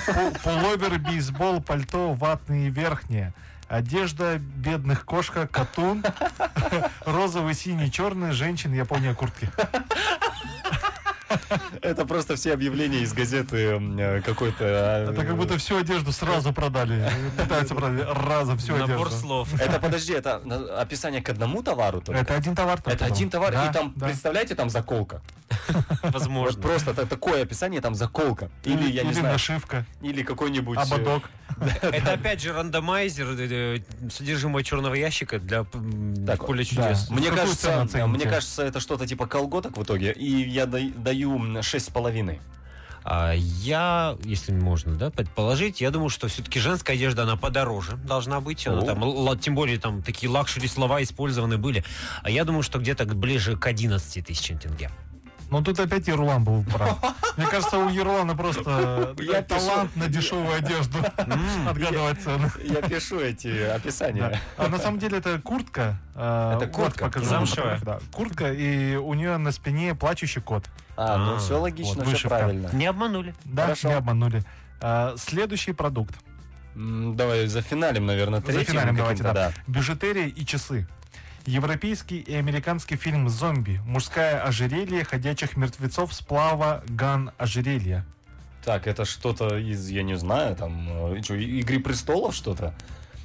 E: Пу- Пуловер, бейсбол, пальто, ватные верхние. Одежда бедных кошка, катун, розовый, синий, черный, женщин, Япония, куртки.
C: Это просто все объявления из газеты м, э, какой-то... э,
E: Это как будто всю одежду сразу продали. Пытаются продать разом всю
D: Набор
E: одежду.
D: слов.
C: Это, подожди, это на- описание к одному товару только?
E: Это один товар. только
C: Это
E: там.
C: один товар,
E: Да,
C: и там,
E: да.
C: представляете, там заколка. Вот
D: Возможно.
C: просто та- такое описание, там заколка. Или, я не знаю,
E: нашивка,
C: или какой-нибудь... э,
E: ободок.
D: Это опять же рандомайзер, э, э, содержимое черного ящика для м,
C: Так,
D: поля
E: да.
D: чудес.
C: Мне
E: Какую цену
C: кажется,
E: оцените?
C: мне кажется, это что-то типа колготок в итоге, и я дай- даю м, шесть с половиной.
D: А я, если можно, да, предположить, я думаю, что все-таки женская одежда, она подороже должна быть. Она
C: О.
D: там, л- л- тем более, там такие лакшери слова использованы были. А я думаю, что где-то ближе к 11 тысячам тенге.
E: Но Ну, тут опять Ерлан был прав. Мне кажется, у Ерлана просто
C: Я
E: талант на дешевую одежду. Отгадывать цены.
C: Я пишу эти
E: Да.
C: описания.
E: А на самом деле это куртка. э,
C: Это
E: вот
C: куртка.
E: покажу.
D: Замшевая.
E: Да, куртка, и у нее на спине плачущий кот.
C: А, ну
D: А,
C: все логично,
E: вот,
C: все
E: вышивка.
C: правильно.
D: Не обманули.
E: Да,
C: Хорошо.
E: не обманули. А, следующий продукт.
C: М, Давай за финалем, наверное,
E: За
C: третьим.
E: финалем давайте,
C: каким-то,
E: да. Бижутерия и часы. Европейский и американский фильм «Зомби». Мужское ожерелье ходячих мертвецов сплава Ган ожерелья.
C: Так, это что-то из, я не знаю, там, э, чё, и- Игры престолов что-то?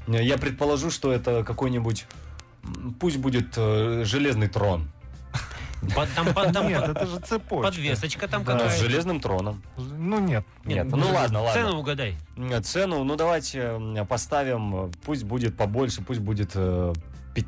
C: Не, Я предположу, что это какой-нибудь, м, пусть будет э, Железный трон.
D: По- Там, по- там
E: Нет,
D: по-
E: это же цепочка.
D: подвесочка там
E: Да.
C: Ну, С
D: какая-то.
C: Железным троном.
E: Ну нет.
C: Нет,
D: Нет,
C: ну ладно,
D: Цену
C: ладно.
D: угадай.
C: Э, Цену, ну давайте э, поставим, э, пусть будет побольше, пусть будет э,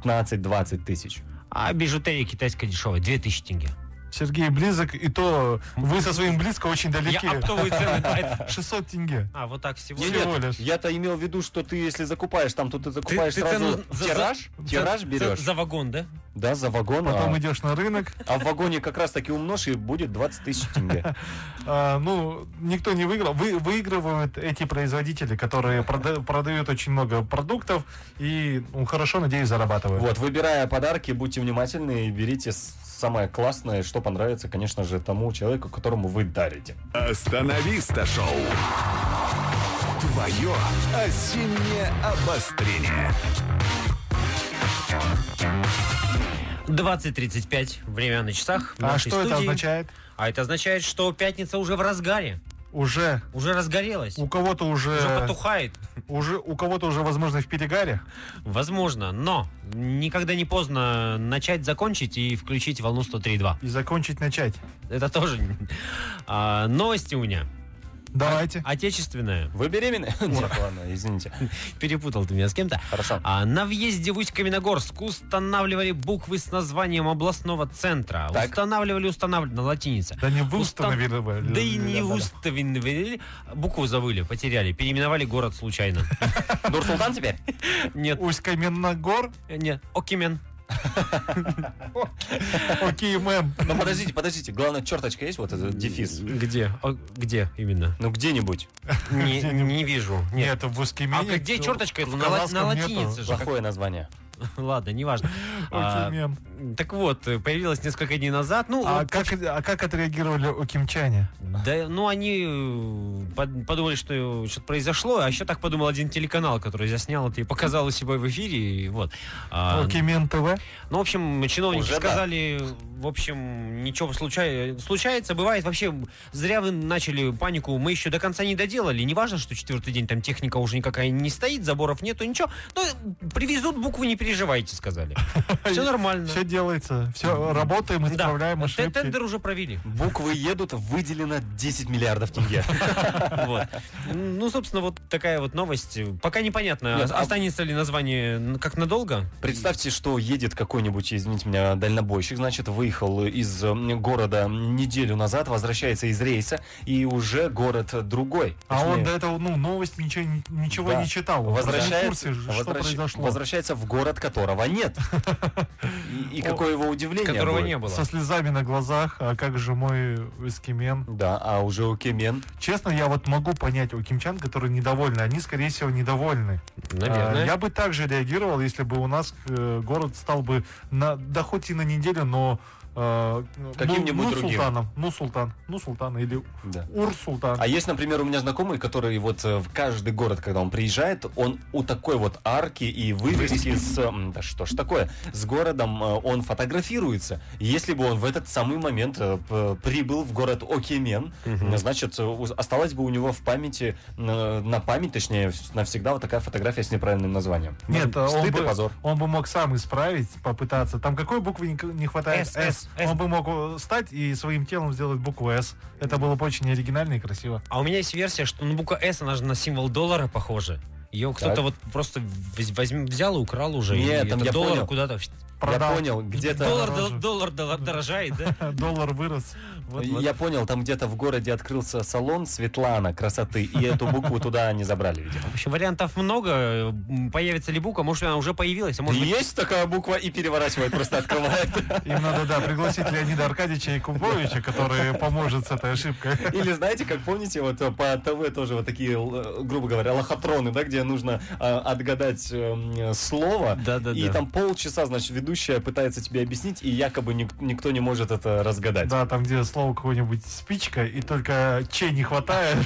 C: 15-20 тысяч.
D: А бижутерия китайская дешевая, 2000 тенге.
E: Сергей близок, и то вы со своим близко очень
D: Я
E: далеки.
D: оптовые цены. поэтому-
E: 600 тенге.
D: А, вот так всего.
C: Не,
E: Всего
C: нет,
E: лишь.
C: Я-то имел в виду, что ты, если закупаешь там, то ты закупаешь
D: ты
C: сразу
D: цену за-
C: тираж,
D: за-
C: тираж
D: за-
C: берешь.
D: За вагон, да?
C: Да, за вагон.
E: Потом
C: а,
E: идешь на рынок.
C: а в вагоне как раз таки умножь и будет 20 тысяч тенге.
E: а, ну, никто не выиграл. Вы, выигрывают эти производители, которые прода- продают очень много продуктов и ну, хорошо, надеюсь, зарабатывают.
C: Вот, выбирая подарки, будьте внимательны и берите с- самое классное, что понравится, конечно же, тому человеку, которому вы дарите.
B: Остановиста шоу. Твое осеннее обострение.
D: 20.35, время на часах. в
E: А
D: нашей
E: что это
D: студии.
E: означает?
D: А это означает, что пятница уже в разгаре.
E: Уже
D: Уже разгорелась.
E: у кого-то уже,
D: Уже
E: уже,
D: потухает.
E: у кого-то уже, возможно, в перегаре.
D: Возможно, но никогда не поздно начать, закончить и включить волну 103.2.
E: И закончить начать.
D: Это тоже... А, новости у меня.
E: Давайте.
D: Отечественная.
C: Вы беременны? Нет, ладно, извините.
D: Перепутал ты меня с кем-то.
C: Хорошо.
D: А на въезде в Усть-Каменогорск устанавливали буквы с названием областного центра.
C: Так.
D: Устанавливали, устанавливали, на латинице.
E: Да не вы
D: Устан-
E: установили. бы.
D: Да и не
E: Да-да-да.
D: установили. Букву забыли, потеряли. Переименовали город случайно. А.
C: Нур-Султан теперь?
D: Нет,
E: Усть-Каменогор,
D: нет. Окимен.
E: окей, мэм.
C: Ну, подождите, подождите. Главное, черточка есть вот этот дефис?
D: Где? О, где именно?
C: Ну, где-нибудь.
D: Не, не вижу. Нет.
E: Нет, в
D: А
E: Ускемене.
D: где
E: ну,
D: черточка?
E: в
D: На, ла-
E: казахском
D: на
E: нету.
D: латинице же.
C: Плохое название.
D: Ладно, неважно. А,
E: Окимен.
D: так вот, появилась несколько дней назад. Ну,
E: А
D: вот,
E: как, а как отреагировали окимчане?
D: да, ну они э, под- подумали, что что-то произошло, а еще так подумал один телеканал, который я снял это и показал у себя в эфире, и вот. А,
E: Окимен ТВ?
D: ну, в общем, чиновники
C: Уже да.
D: сказали, в общем, ничего случай... случается, бывает вообще, зря вы начали панику, мы еще до конца не доделали, не важно, что четвертый день там техника уже никакая не стоит, заборов нету, ничего, ну, привезут буквы, не переживайте, сказали. Все нормально.
E: Все делается. Все, работаем,
D: Да.
E: исправляем
D: Т-
E: ошибки.
D: Тендер уже провели.
C: Буквы едут, выделено 10 миллиардов тенге.
D: Вот. Ну, собственно, вот такая вот новость. Пока непонятно,
C: Нет, а-
D: останется ли название н- как надолго.
C: Представьте, что едет какой-нибудь, извините меня, дальнобойщик, значит, выехал из э, города неделю назад, возвращается из рейса, и уже город другой.
E: А
C: Точнее,
E: он до этого, ну, новости ничего, не- ничего
C: Да.
E: не читал. Он просто не в
C: возвращается,
E: курсе, что
C: возвращ-
E: произошло.
C: возвращается в город, которого нет. И, и какое его удивление
D: Которого
C: было.
D: не было.
E: Со слезами на глазах, а как же мой эскимен?
C: Да, а уже у Кемен.
E: Честно, я вот могу понять у кимчан, которые недовольны. Они, скорее всего, недовольны. А,
C: э,
D: Наверное.
E: Я бы также реагировал, если бы у нас э, город стал бы, на, да хоть и на неделю, но... э, ну,
C: Каким-нибудь
E: ну,
C: другим.
E: султаном, ну султан, ну султан или
C: Да.
E: ур султан.
C: А есть, например, у меня знакомый, который вот э, в каждый город, когда он приезжает, он у такой вот арки и вывески с... э, м, Да что ж такое? С городом э, он фотографируется. Если бы он в этот самый момент э, п- прибыл в город Окимен,
D: Мгм.
C: значит, э, у- осталась бы у него в памяти, э, на память, точнее, вс- навсегда вот такая фотография с неправильным названием.
E: Нет,
C: Ну,
E: а он
C: стыд и
E: бы,
C: позор.
E: он бы мог сам исправить, попытаться. Там какой буквы не, не хватает?
D: «С», «С», «С».
E: Он бы мог э, встать и своим телом сделать букву С. Это было бы очень оригинально и красиво.
D: А у меня есть версия, что ну, буква «С», она же на символ доллара похожа. Ее кто-то вот просто вз- возьм- взял и украл уже. и
C: Нет, там
D: это
C: я
D: доллар
C: понял.
D: куда-то...
E: Продал.
C: Я понял, где-то...
D: Доллар,
E: дороже.
D: дол- доллар дол- дорожает, да?
E: Доллар вырос.
D: Вот, вот.
C: Я понял, там где-то в городе открылся салон Светлана красоты, и эту букву туда не забрали, видимо.
D: В общем, вариантов много. М, Появится ли буква? Может, она уже появилась? А может быть,
C: Есть такая буква и переворачивает, просто открывает.
E: Им надо, да, пригласить Леонида Аркадьевича и Кубовича, который поможет с этой ошибкой.
C: Или знаете, как помните, вот э, по ТВ тоже вот такие, л- э, грубо говоря, лохотроны, да, где нужно э, отгадать э, м, слово.
D: Да-да-да.
C: И там полчаса, значит, ведущая пытается тебе объяснить, и якобы ник- никто не может это разгадать.
E: Да, там, где слово какое-нибудь спичка, и только че не хватает,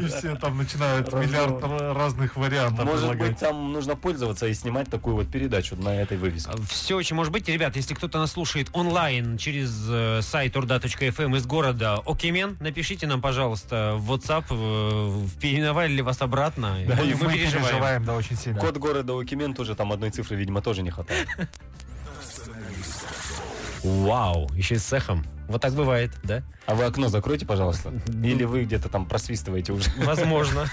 E: и все там начинают
C: Разговор.
E: миллиард р- разных вариантов
C: Может быть,
E: предлагать.
C: там нужно пользоваться и снимать такую вот передачу на этой вывеске.
D: Все очень может быть. Ребят, если кто-то нас слушает онлайн через э, сайт urda.fm эм из города Окимен, напишите нам, пожалуйста, в WhatsApp, э, переименовали ли вас обратно.
E: Да,
D: Мы-
E: и
D: мы переживаем.
E: да, очень сильно.
C: Код города Укимен тоже там одной цифры, видимо, тоже не хватает.
D: Вау, еще и с эхом. Вот так бывает, да?
C: А вы окно закройте, пожалуйста. Или вы где-то там просвистываете уже.
D: Возможно.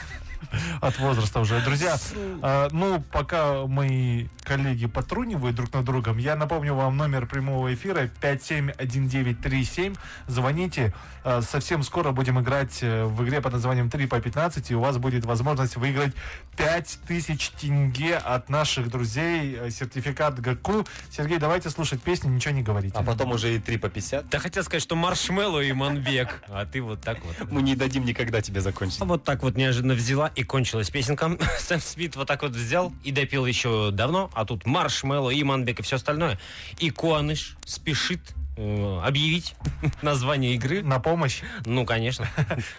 E: От возраста уже. Друзья, а, ну, пока мои коллеги потрунивают друг над другом, я напомню вам номер прямого эфира 571937. Звоните. А, Совсем скоро будем играть э, в игре под названием 3 по 15, и у вас будет возможность выиграть 5000 тенге от наших друзей. э, Сертификат ГАКУ. Сергей, давайте слушать песни, ничего не говорите.
C: А потом уже и 3 по 50.
D: Да хотел сказать, что маршмеллоу и манбек, а ты вот так вот.
C: Мы не дадим никогда тебе закончить.
D: А Вот так вот неожиданно взяла и кончилась песенка. Сэм Смит вот так вот взял и допил еще давно, а тут маршмелло и манбек и все остальное. И Куаныш спешит э, объявить название игры.
E: На помощь.
D: Ну, конечно.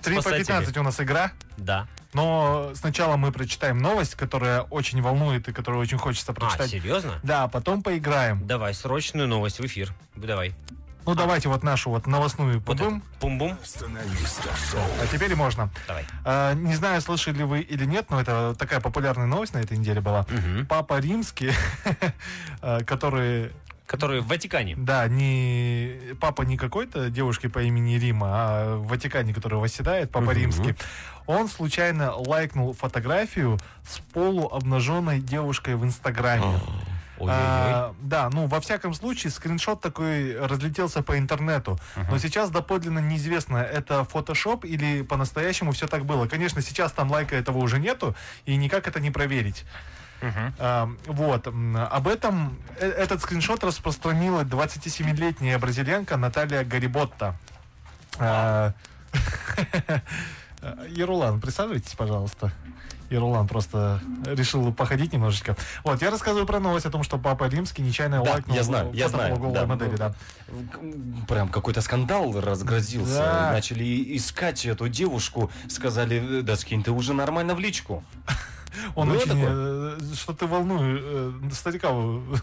E: 3 по
D: Спасатели.
E: 15 у нас игра.
D: Да.
E: Но сначала мы прочитаем новость, которая очень волнует и которую очень хочется
D: А,
E: прочитать.
D: серьезно?
E: да, потом поиграем.
D: Давай срочную новость в эфир. Давай.
E: Ну давайте вот нашу вот новостную
D: Вот
E: пубым.
D: это. Бум-бум.
E: А теперь можно.
D: Давай.
E: А, не знаю, слышали ли вы или нет, но это такая популярная новость на этой неделе была. Папа Римский, а, который
D: Который в Ватикане.
E: Да, не папа не какой-то девушки по имени Рима, а в Ватикане, который восседает, папа римский. Он случайно лайкнул фотографию с полуобнаженной девушкой в Инстаграме.
D: Ой-ой-ой.
E: А, да, ну, во всяком случае, скриншот такой разлетелся по интернету. Но сейчас доподлинно неизвестно, это фотошоп или по-настоящему все так было. Конечно, сейчас там лайка этого уже нету, и никак это не проверить. А, вот, м, об этом э, этот скриншот распространила 27-летняя бразильянка Наталья Гариботта. А, Ерулан, Э, присаживайтесь, пожалуйста. Ерулан просто решил походить немножечко. Вот, я рассказываю про новость о том, что папа римский нечаянно
C: Да,
E: лайкнул
C: я знаю, я
E: фото
C: знаю,
E: полуголой
C: да.
E: модели, да.
C: М, Прям какой-то скандал разгрозился.
E: Да.
C: Начали искать эту девушку. Сказали, «Э, да скинь ты уже нормально в личку.
E: Он
C: Было
E: очень...
C: такое?
E: э, что ты волную, э, старика...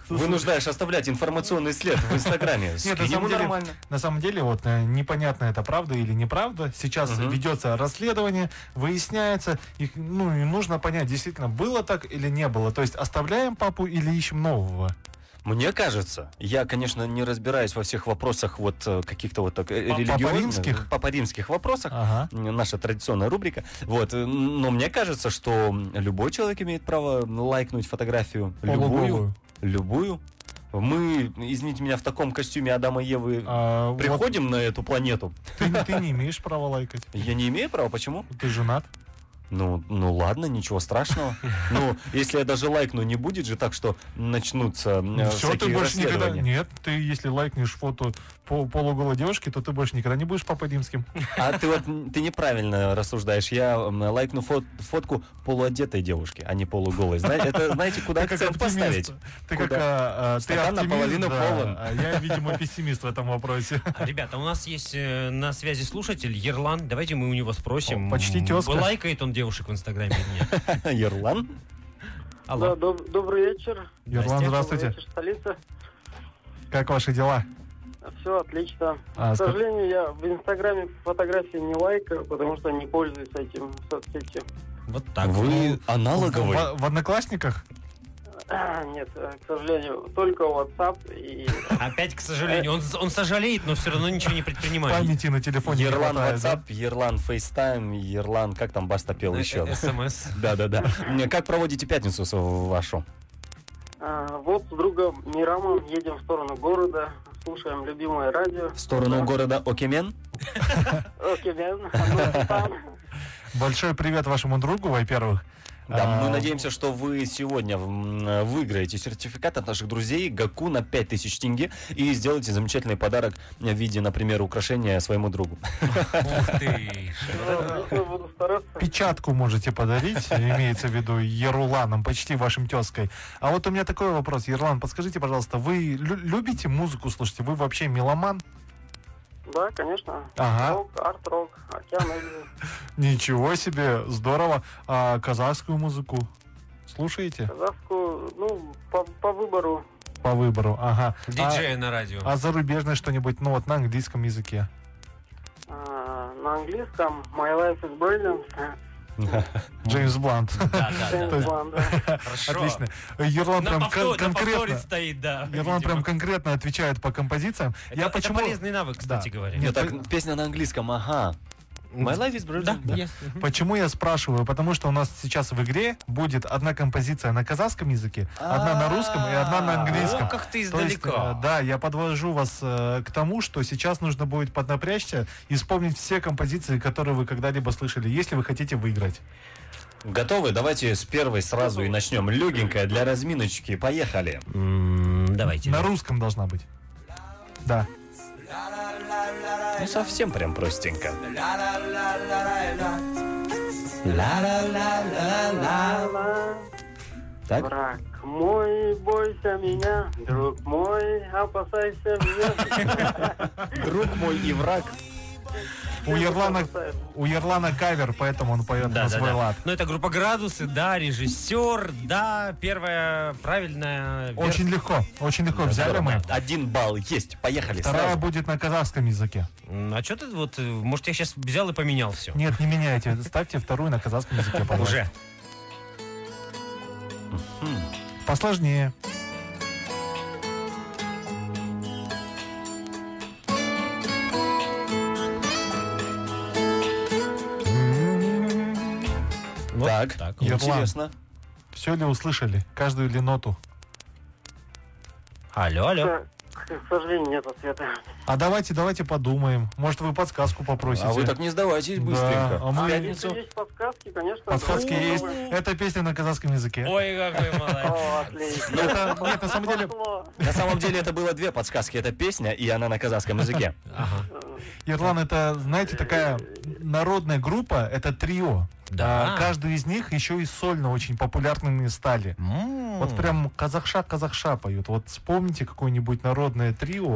C: Вынуждаешь оставлять информационный след в Инстаграме. Скинь
E: на самом
C: ему
E: деле-
C: нормально.
E: На самом деле, вот э, непонятно, это правда или неправда. Сейчас
C: Мгм.
E: ведется расследование, выясняется. И, ну, и нужно понять, действительно, было так или не было. То есть оставляем папу или ищем нового.
C: Мне кажется, я, конечно, не разбираюсь во всех вопросах вот э, каких-то вот так э,
E: Папа
C: религиозных,
E: римских?
C: папа-римских вопросах.
E: Ага.
C: М, Наша традиционная рубрика. Вот, э, но мне кажется, что любой человек имеет право лайкнуть фотографию любую,
E: Полуголую.
C: любую. Мы, извините меня, в таком костюме Адама и Евы
E: А, вот
C: приходим на эту планету.
E: ты, ты не имеешь права лайкать.
C: Я не имею права, почему?
E: Ты женат.
C: Ну, ну ладно, ничего страшного. Ну, если я даже лайкну, не будет же так, что начнутся э,
E: Все, ты
C: всякие
E: больше никогда...
C: расследования.
E: Нет, ты если лайкнешь фото по полуголой девушки, то ты больше никогда не будешь папой римским.
C: А ты вот м, ты неправильно рассуждаешь. Я м, лайкну фот- фотку полуодетой девушки, а не полуголой. Зна- это знаете, куда
E: как
C: акцент
E: оптимист.
C: поставить?
E: Ты
C: Куда?
E: как а, а, ты
C: Стакан
E: оптимист,
C: наполовину
E: да,
C: полон.
E: а я, видимо, пессимист в этом вопросе.
D: Ребята, у нас есть э, на связи слушатель Ерлан. Давайте мы у него спросим.
E: О, почти тезка.
D: Лайкает он девушек в Инстаграме или нет?
C: Ерлан?
D: Алло.
G: добрый вечер.
E: Ерлан, здравствуйте.
G: Вечер, столица.
E: Как ваши дела?
G: Все отлично.
E: А, ска-
G: К сожалению, я в Инстаграме фотографии не лайкаю, потому что не пользуюсь этим в соцсети.
D: Вот так.
C: Вы аналоговый.
E: ну, В, в Одноклассниках?
G: Нет, э, к сожалению, только WhatsApp и...
D: Ну, Опять, к сожалению, он, он сожалеет, но все равно ничего не предпринимает.
E: Памяти на телефоне не
C: Ерлан
E: хватает, да? Э,
C: WhatsApp, Ерлан FaceTime, Ерлан, как там Баста пел еще?
D: Э, СМС.
C: Да-да-да. Как проводите пятницу с- вашу?
G: А, Вот с другом Мирамом едем в сторону города, слушаем любимое радио.
C: В сторону города Окемен?
G: Окей, верно. Оно там.
E: Большой привет вашему другу, во-первых.
C: Да,
E: А,
C: мы надеемся, что вы сегодня м, выиграете сертификат от наших друзей Гаку на 5000 тенге и сделаете замечательный подарок в виде, например, украшения своему другу.
D: Ух ты.
G: Ну, я буду стараться.
E: Печатку можете подарить, имеется в виду Еруланом, почти вашим тезкой. А вот у меня такой вопрос, Ерлан, подскажите, пожалуйста, вы лю- любите музыку слушать? Вы вообще меломан?
G: Да, конечно.
E: Ага.
G: Рок, арт-рок, океан Эльзы.
E: Ничего себе, здорово. А казахскую музыку слушаете
G: Казахскую, ну, по, по выбору.
E: по выбору? Ага. А-
D: Диджея на радио.
E: А, зарубежное что-нибудь, ну вот на английском языке?
G: а, на английском My Life is Brilliant.
E: Э, Джеймс Блант.
D: Да, да, да.
G: James Bond, да.
D: Хорошо.
E: Отлично. Ерлан
D: А, На
E: прям кон-
D: повтор- на повторе
E: конкретно...
D: стоит, да.
E: Ерлан
D: видимо.
E: прям конкретно отвечает по композициям.
D: Это-
E: я
D: это
E: почему...
D: полезный навык, кстати
E: Да.
D: говоря.
E: Нет,
C: Нет,
E: пон-
C: Ну так песня на английском, ага. My life is brilliant.
D: Да,
C: да?
D: yes.
E: Почему я спрашиваю? Потому что у нас сейчас в игре будет одна композиция на казахском языке, одна на русском и одна на
D: О,
E: английском.
D: как ты
E: То есть,
D: издалека.
E: э, да, я подвожу вас э, к тому, что сейчас нужно будет поднапрячься и вспомнить все композиции, которые вы когда-либо слышали, если вы хотите выиграть.
C: Готовы? Давайте с первой сразу и начнем. Легенькая для разминочки. Поехали.
D: М, Давайте.
E: На русском должна быть. Да.
C: Ну, совсем прям простенько. Так?
G: Враг мой, бойся меня, друг мой, опасайся меня.
C: Друг мой и враг.
E: У Ерлана, у Ерлана кавер, поэтому он поет
D: Да, да,
E: на свой
D: да.
E: лад.
D: Но это группа «Градусы», да, режиссер, да, первая правильная... версия.
E: Очень легко, очень легко взяли мы.
C: Один балл есть. Поехали.
E: Вторая
C: сразу.
E: будет на казахском языке.
D: М, А что ты вот... э, Может, я сейчас взял и поменял все?
E: Нет, не меняйте. Ставьте вторую на казахском языке, пожалуйста.
D: Уже.
E: Посложнее.
D: Вот
C: Так.
E: Ерлан.
C: Интересно.
E: Все ли услышали? Каждую ли ноту?
D: Алло, алло.
G: К Э, к сожалению, нет ответа.
E: А давайте, давайте подумаем. Может, вы подсказку попросите?
C: А вы так не сдавайтесь быстренько.
E: Да, а мы-
C: В
E: А,
G: Если
C: пятницу.
G: есть подсказки, конечно. Ну,
E: Подсказки
G: давайте
E: есть.
G: попробуем.
E: Это песня на казахском языке.
D: Ой, какой молодец.
G: О, отлично. Ну,
E: Это,
C: ну.
E: нет, на самом деле,
G: Пошло.
C: На самом деле это было две подсказки. Это песня, и она на казахском языке.
E: Ирлан, это, знаете, такая народная группа, это трио.
D: Да.
E: А каждый из них еще и сольно очень популярными стали. Вот прям казахша, казахша поют. Вот вспомните какое-нибудь народное трио.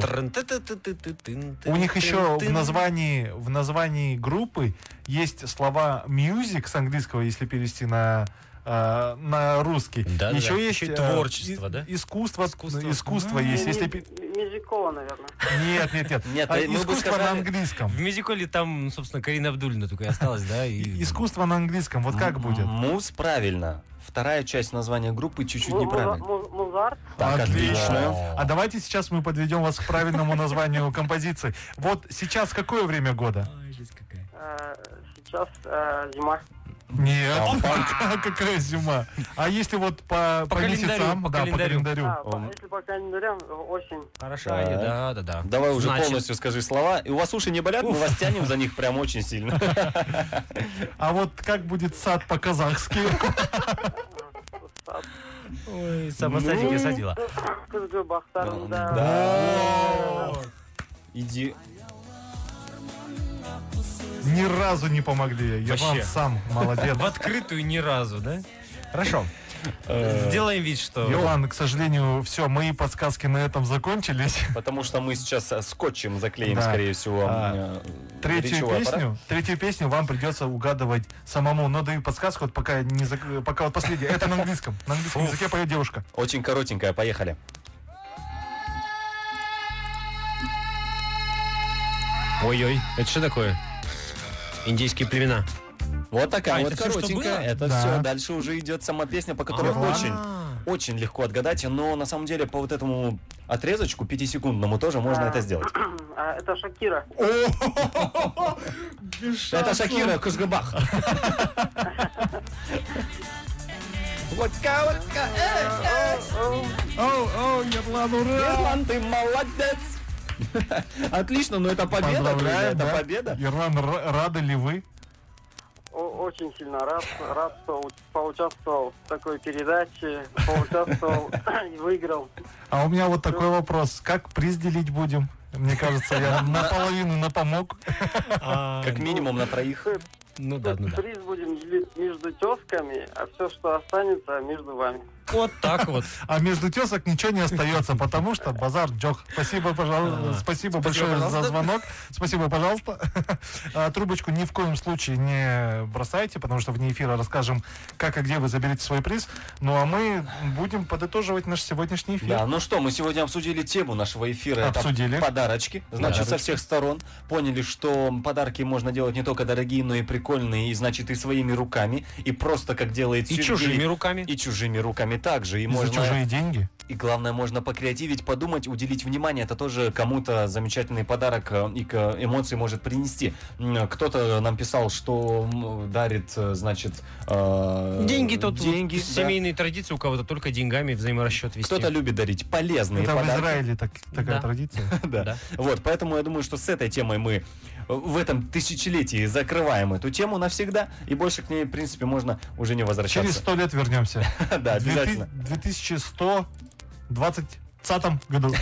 E: У них еще в названии, в названии группы есть слова music с английского, если перевести на э, на русский.
D: Да,
E: еще
D: да.
E: есть
D: Еще и
E: э,
D: творчество,
E: и-
D: да?
E: Искусство,
D: Искусство.
E: искусство, есть. Если пе-
G: М- Мизикова, наверное.
E: нет, нет, нет.
C: Нет,
D: ну,
E: А
C: мы бы
E: искусство на
C: сказали-
E: английском.
D: В мюзикле там, собственно, Карина Абдульна только и осталась, да? и-
E: Искусство на английском, вот как будет?
C: Муз правильно. Вторая часть названия группы чуть-чуть
G: Му-
C: неправильно.
G: муза- му- Музарт.
C: Так, отлично.
E: А давайте сейчас мы подведем вас к правильному названию композиции. Вот сейчас какое время года?
G: э, Сейчас э, зима.
E: Нет. Какая зима. А если вот по,
D: По
E: по
D: календарю,
E: месяцам,
D: по
E: да,
D: календарю.
E: по календарю.
G: А, по- если по календарям, э, осень.
D: Хорошо,
C: Так.
D: Аня, да, да, да.
C: Э, А. Давай уже
D: Значит,
C: полностью скажи слова. И у вас уши не болят, мы вас тянем за них прям очень сильно.
E: А вот как будет сад по-казахски?
G: сад.
D: Ой, сама
E: Ну
D: садила, садила.
G: Ну, Кызгы, Бахтар, да.
E: О,
C: Иди.
E: Ни разу не помогли. Ерлан
D: Вообще.
E: сам молодец.
D: В открытую ни разу, да? Хорошо.
C: Э.
D: Сделаем вид, что...
E: Ерлан, к сожалению, все, мои подсказки на этом закончились.
C: Потому что мы сейчас э, скотчем заклеим,
E: Да.
C: скорее всего,
E: А,
C: э,
E: Третью
C: речевой аппарат.
E: песню, третью песню вам придется угадывать самому, но даю подсказку, вот пока не зак- пока вот последняя. Это на английском. На английском языке поет девушка.
C: Очень коротенькая, поехали.
D: Ой-ой, это что такое? Индейские племена.
C: Вот такая
D: А,
C: вот
D: это всё, что
C: коротенькая.
D: было?
C: это
E: Да.
C: все. Дальше уже идет сама песня, по которой
E: Ага.
C: очень,
D: А.
C: очень легко отгадать. Но на самом деле по вот этому отрезочку пятисекундному тоже можно это сделать.
G: А, Это Шакира.
C: Это Шакира Кузгабах. Водка, водка, э,
E: Оу, оу, Ерлан, ура!
C: Ирланд, ты молодец. Отлично, но это победа, друзья,
E: Поздравляем,
C: это
E: да.
C: победа.
E: Ерлан, р- рады ли вы?
G: О- Очень сильно рад, рад, что у- поучаствовал в такой передаче, поучаствовал и выиграл.
E: А у меня вот такой вопрос. Как приз делить будем? Мне кажется, я наполовину напомог.
C: Как минимум на троих.
D: Ну да, ну да.
G: Приз будем делить между тесками, а все, что останется, между вами.
D: Вот так вот.
E: А между тесок ничего не остается, потому что базар джох. Спасибо,
C: А,
E: пожалуйста. Спасибо большое за звонок. Спасибо, пожалуйста. А, Трубочку ни в коем случае не бросайте, потому что вне эфира расскажем, как и где вы заберете свой приз. Ну а мы будем подытоживать наш сегодняшний эфир.
C: Да, ну что, мы сегодня обсудили тему нашего эфира.
E: Обсудили.
C: Это подарочки. Значит, со всех сторон поняли, что подарки можно делать не только дорогие, но и прикольные. И значит, и своими руками. И просто как делает
D: И
C: Сергей.
D: чужими руками.
C: И чужими руками также. И,
E: И За
C: можно,
E: чужие деньги.
C: и главное, можно покреативить, подумать, уделить внимание. Это тоже кому-то замечательный подарок э, и к эмоции может принести. М, э, Кто-то нам писал, что м, дарит, э, значит... э,
D: Деньги тут
C: Деньги,
D: вот
C: да.
D: семейные традиции у кого-то только деньгами взаиморасчет вести.
C: Кто-то любит дарить полезные
E: Это в
C: подарки.
E: Израиле так- такая
D: Да.
E: традиция.
C: Да.
D: Да.
C: Вот, поэтому я думаю, что с этой темой мы э, в этом тысячелетии закрываем эту тему навсегда, и больше к ней, в принципе, можно уже не
E: Через
C: возвращаться.
E: сто лет вернемся.
C: Да, обязательно.
E: 2125 2020 году.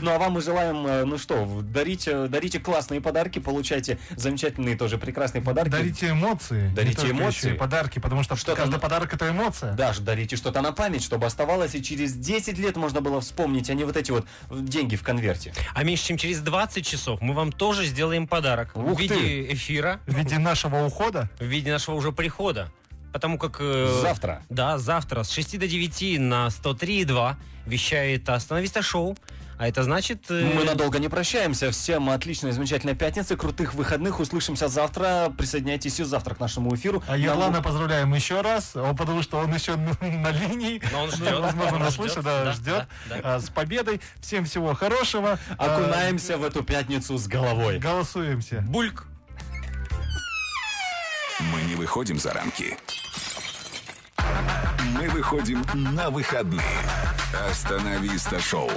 C: Ну а вам мы желаем, э, ну что, в- дарите, дарите классные подарки, получайте замечательные тоже прекрасные подарки.
E: Дарите эмоции. не
C: Дарите
E: только
C: эмоции.
E: еще и подарки, потому что
C: Что-то
E: каждый
C: на-
E: подарок это эмоция.
C: Да, ж- дарите что-то на память, чтобы оставалось, и через 10 лет можно было вспомнить, а не вот эти вот деньги в конверте.
D: А меньше чем через 20 часов мы вам тоже сделаем подарок в
C: Ух
D: виде
C: ты.
D: эфира,
E: В виде нашего ухода
D: в виде нашего уже прихода. Потому как... э,
C: Завтра.
D: Да, завтра с 6 до 9 на 103.2 вещает «Остановиста шоу». А это значит... э,
C: Мы надолго не прощаемся. Всем отличной, замечательной пятницы, крутых выходных. Услышимся завтра. Присоединяйтесь и завтра к нашему эфиру.
E: А Ерлана поздравляем еще раз, о, потому что он еще на на линии.
D: Но он ждет.
E: Возможно,
D: Он ждет,
E: нас слышит, да,
D: да,
E: ждет.
D: да,
E: А, С победой. Всем всего хорошего. А,
C: Окунаемся в эту пятницу с головой.
E: Голосуемся.
D: Бульк.
B: Мы не выходим за рамки. Мы выходим на выходные. Остановиста шоу.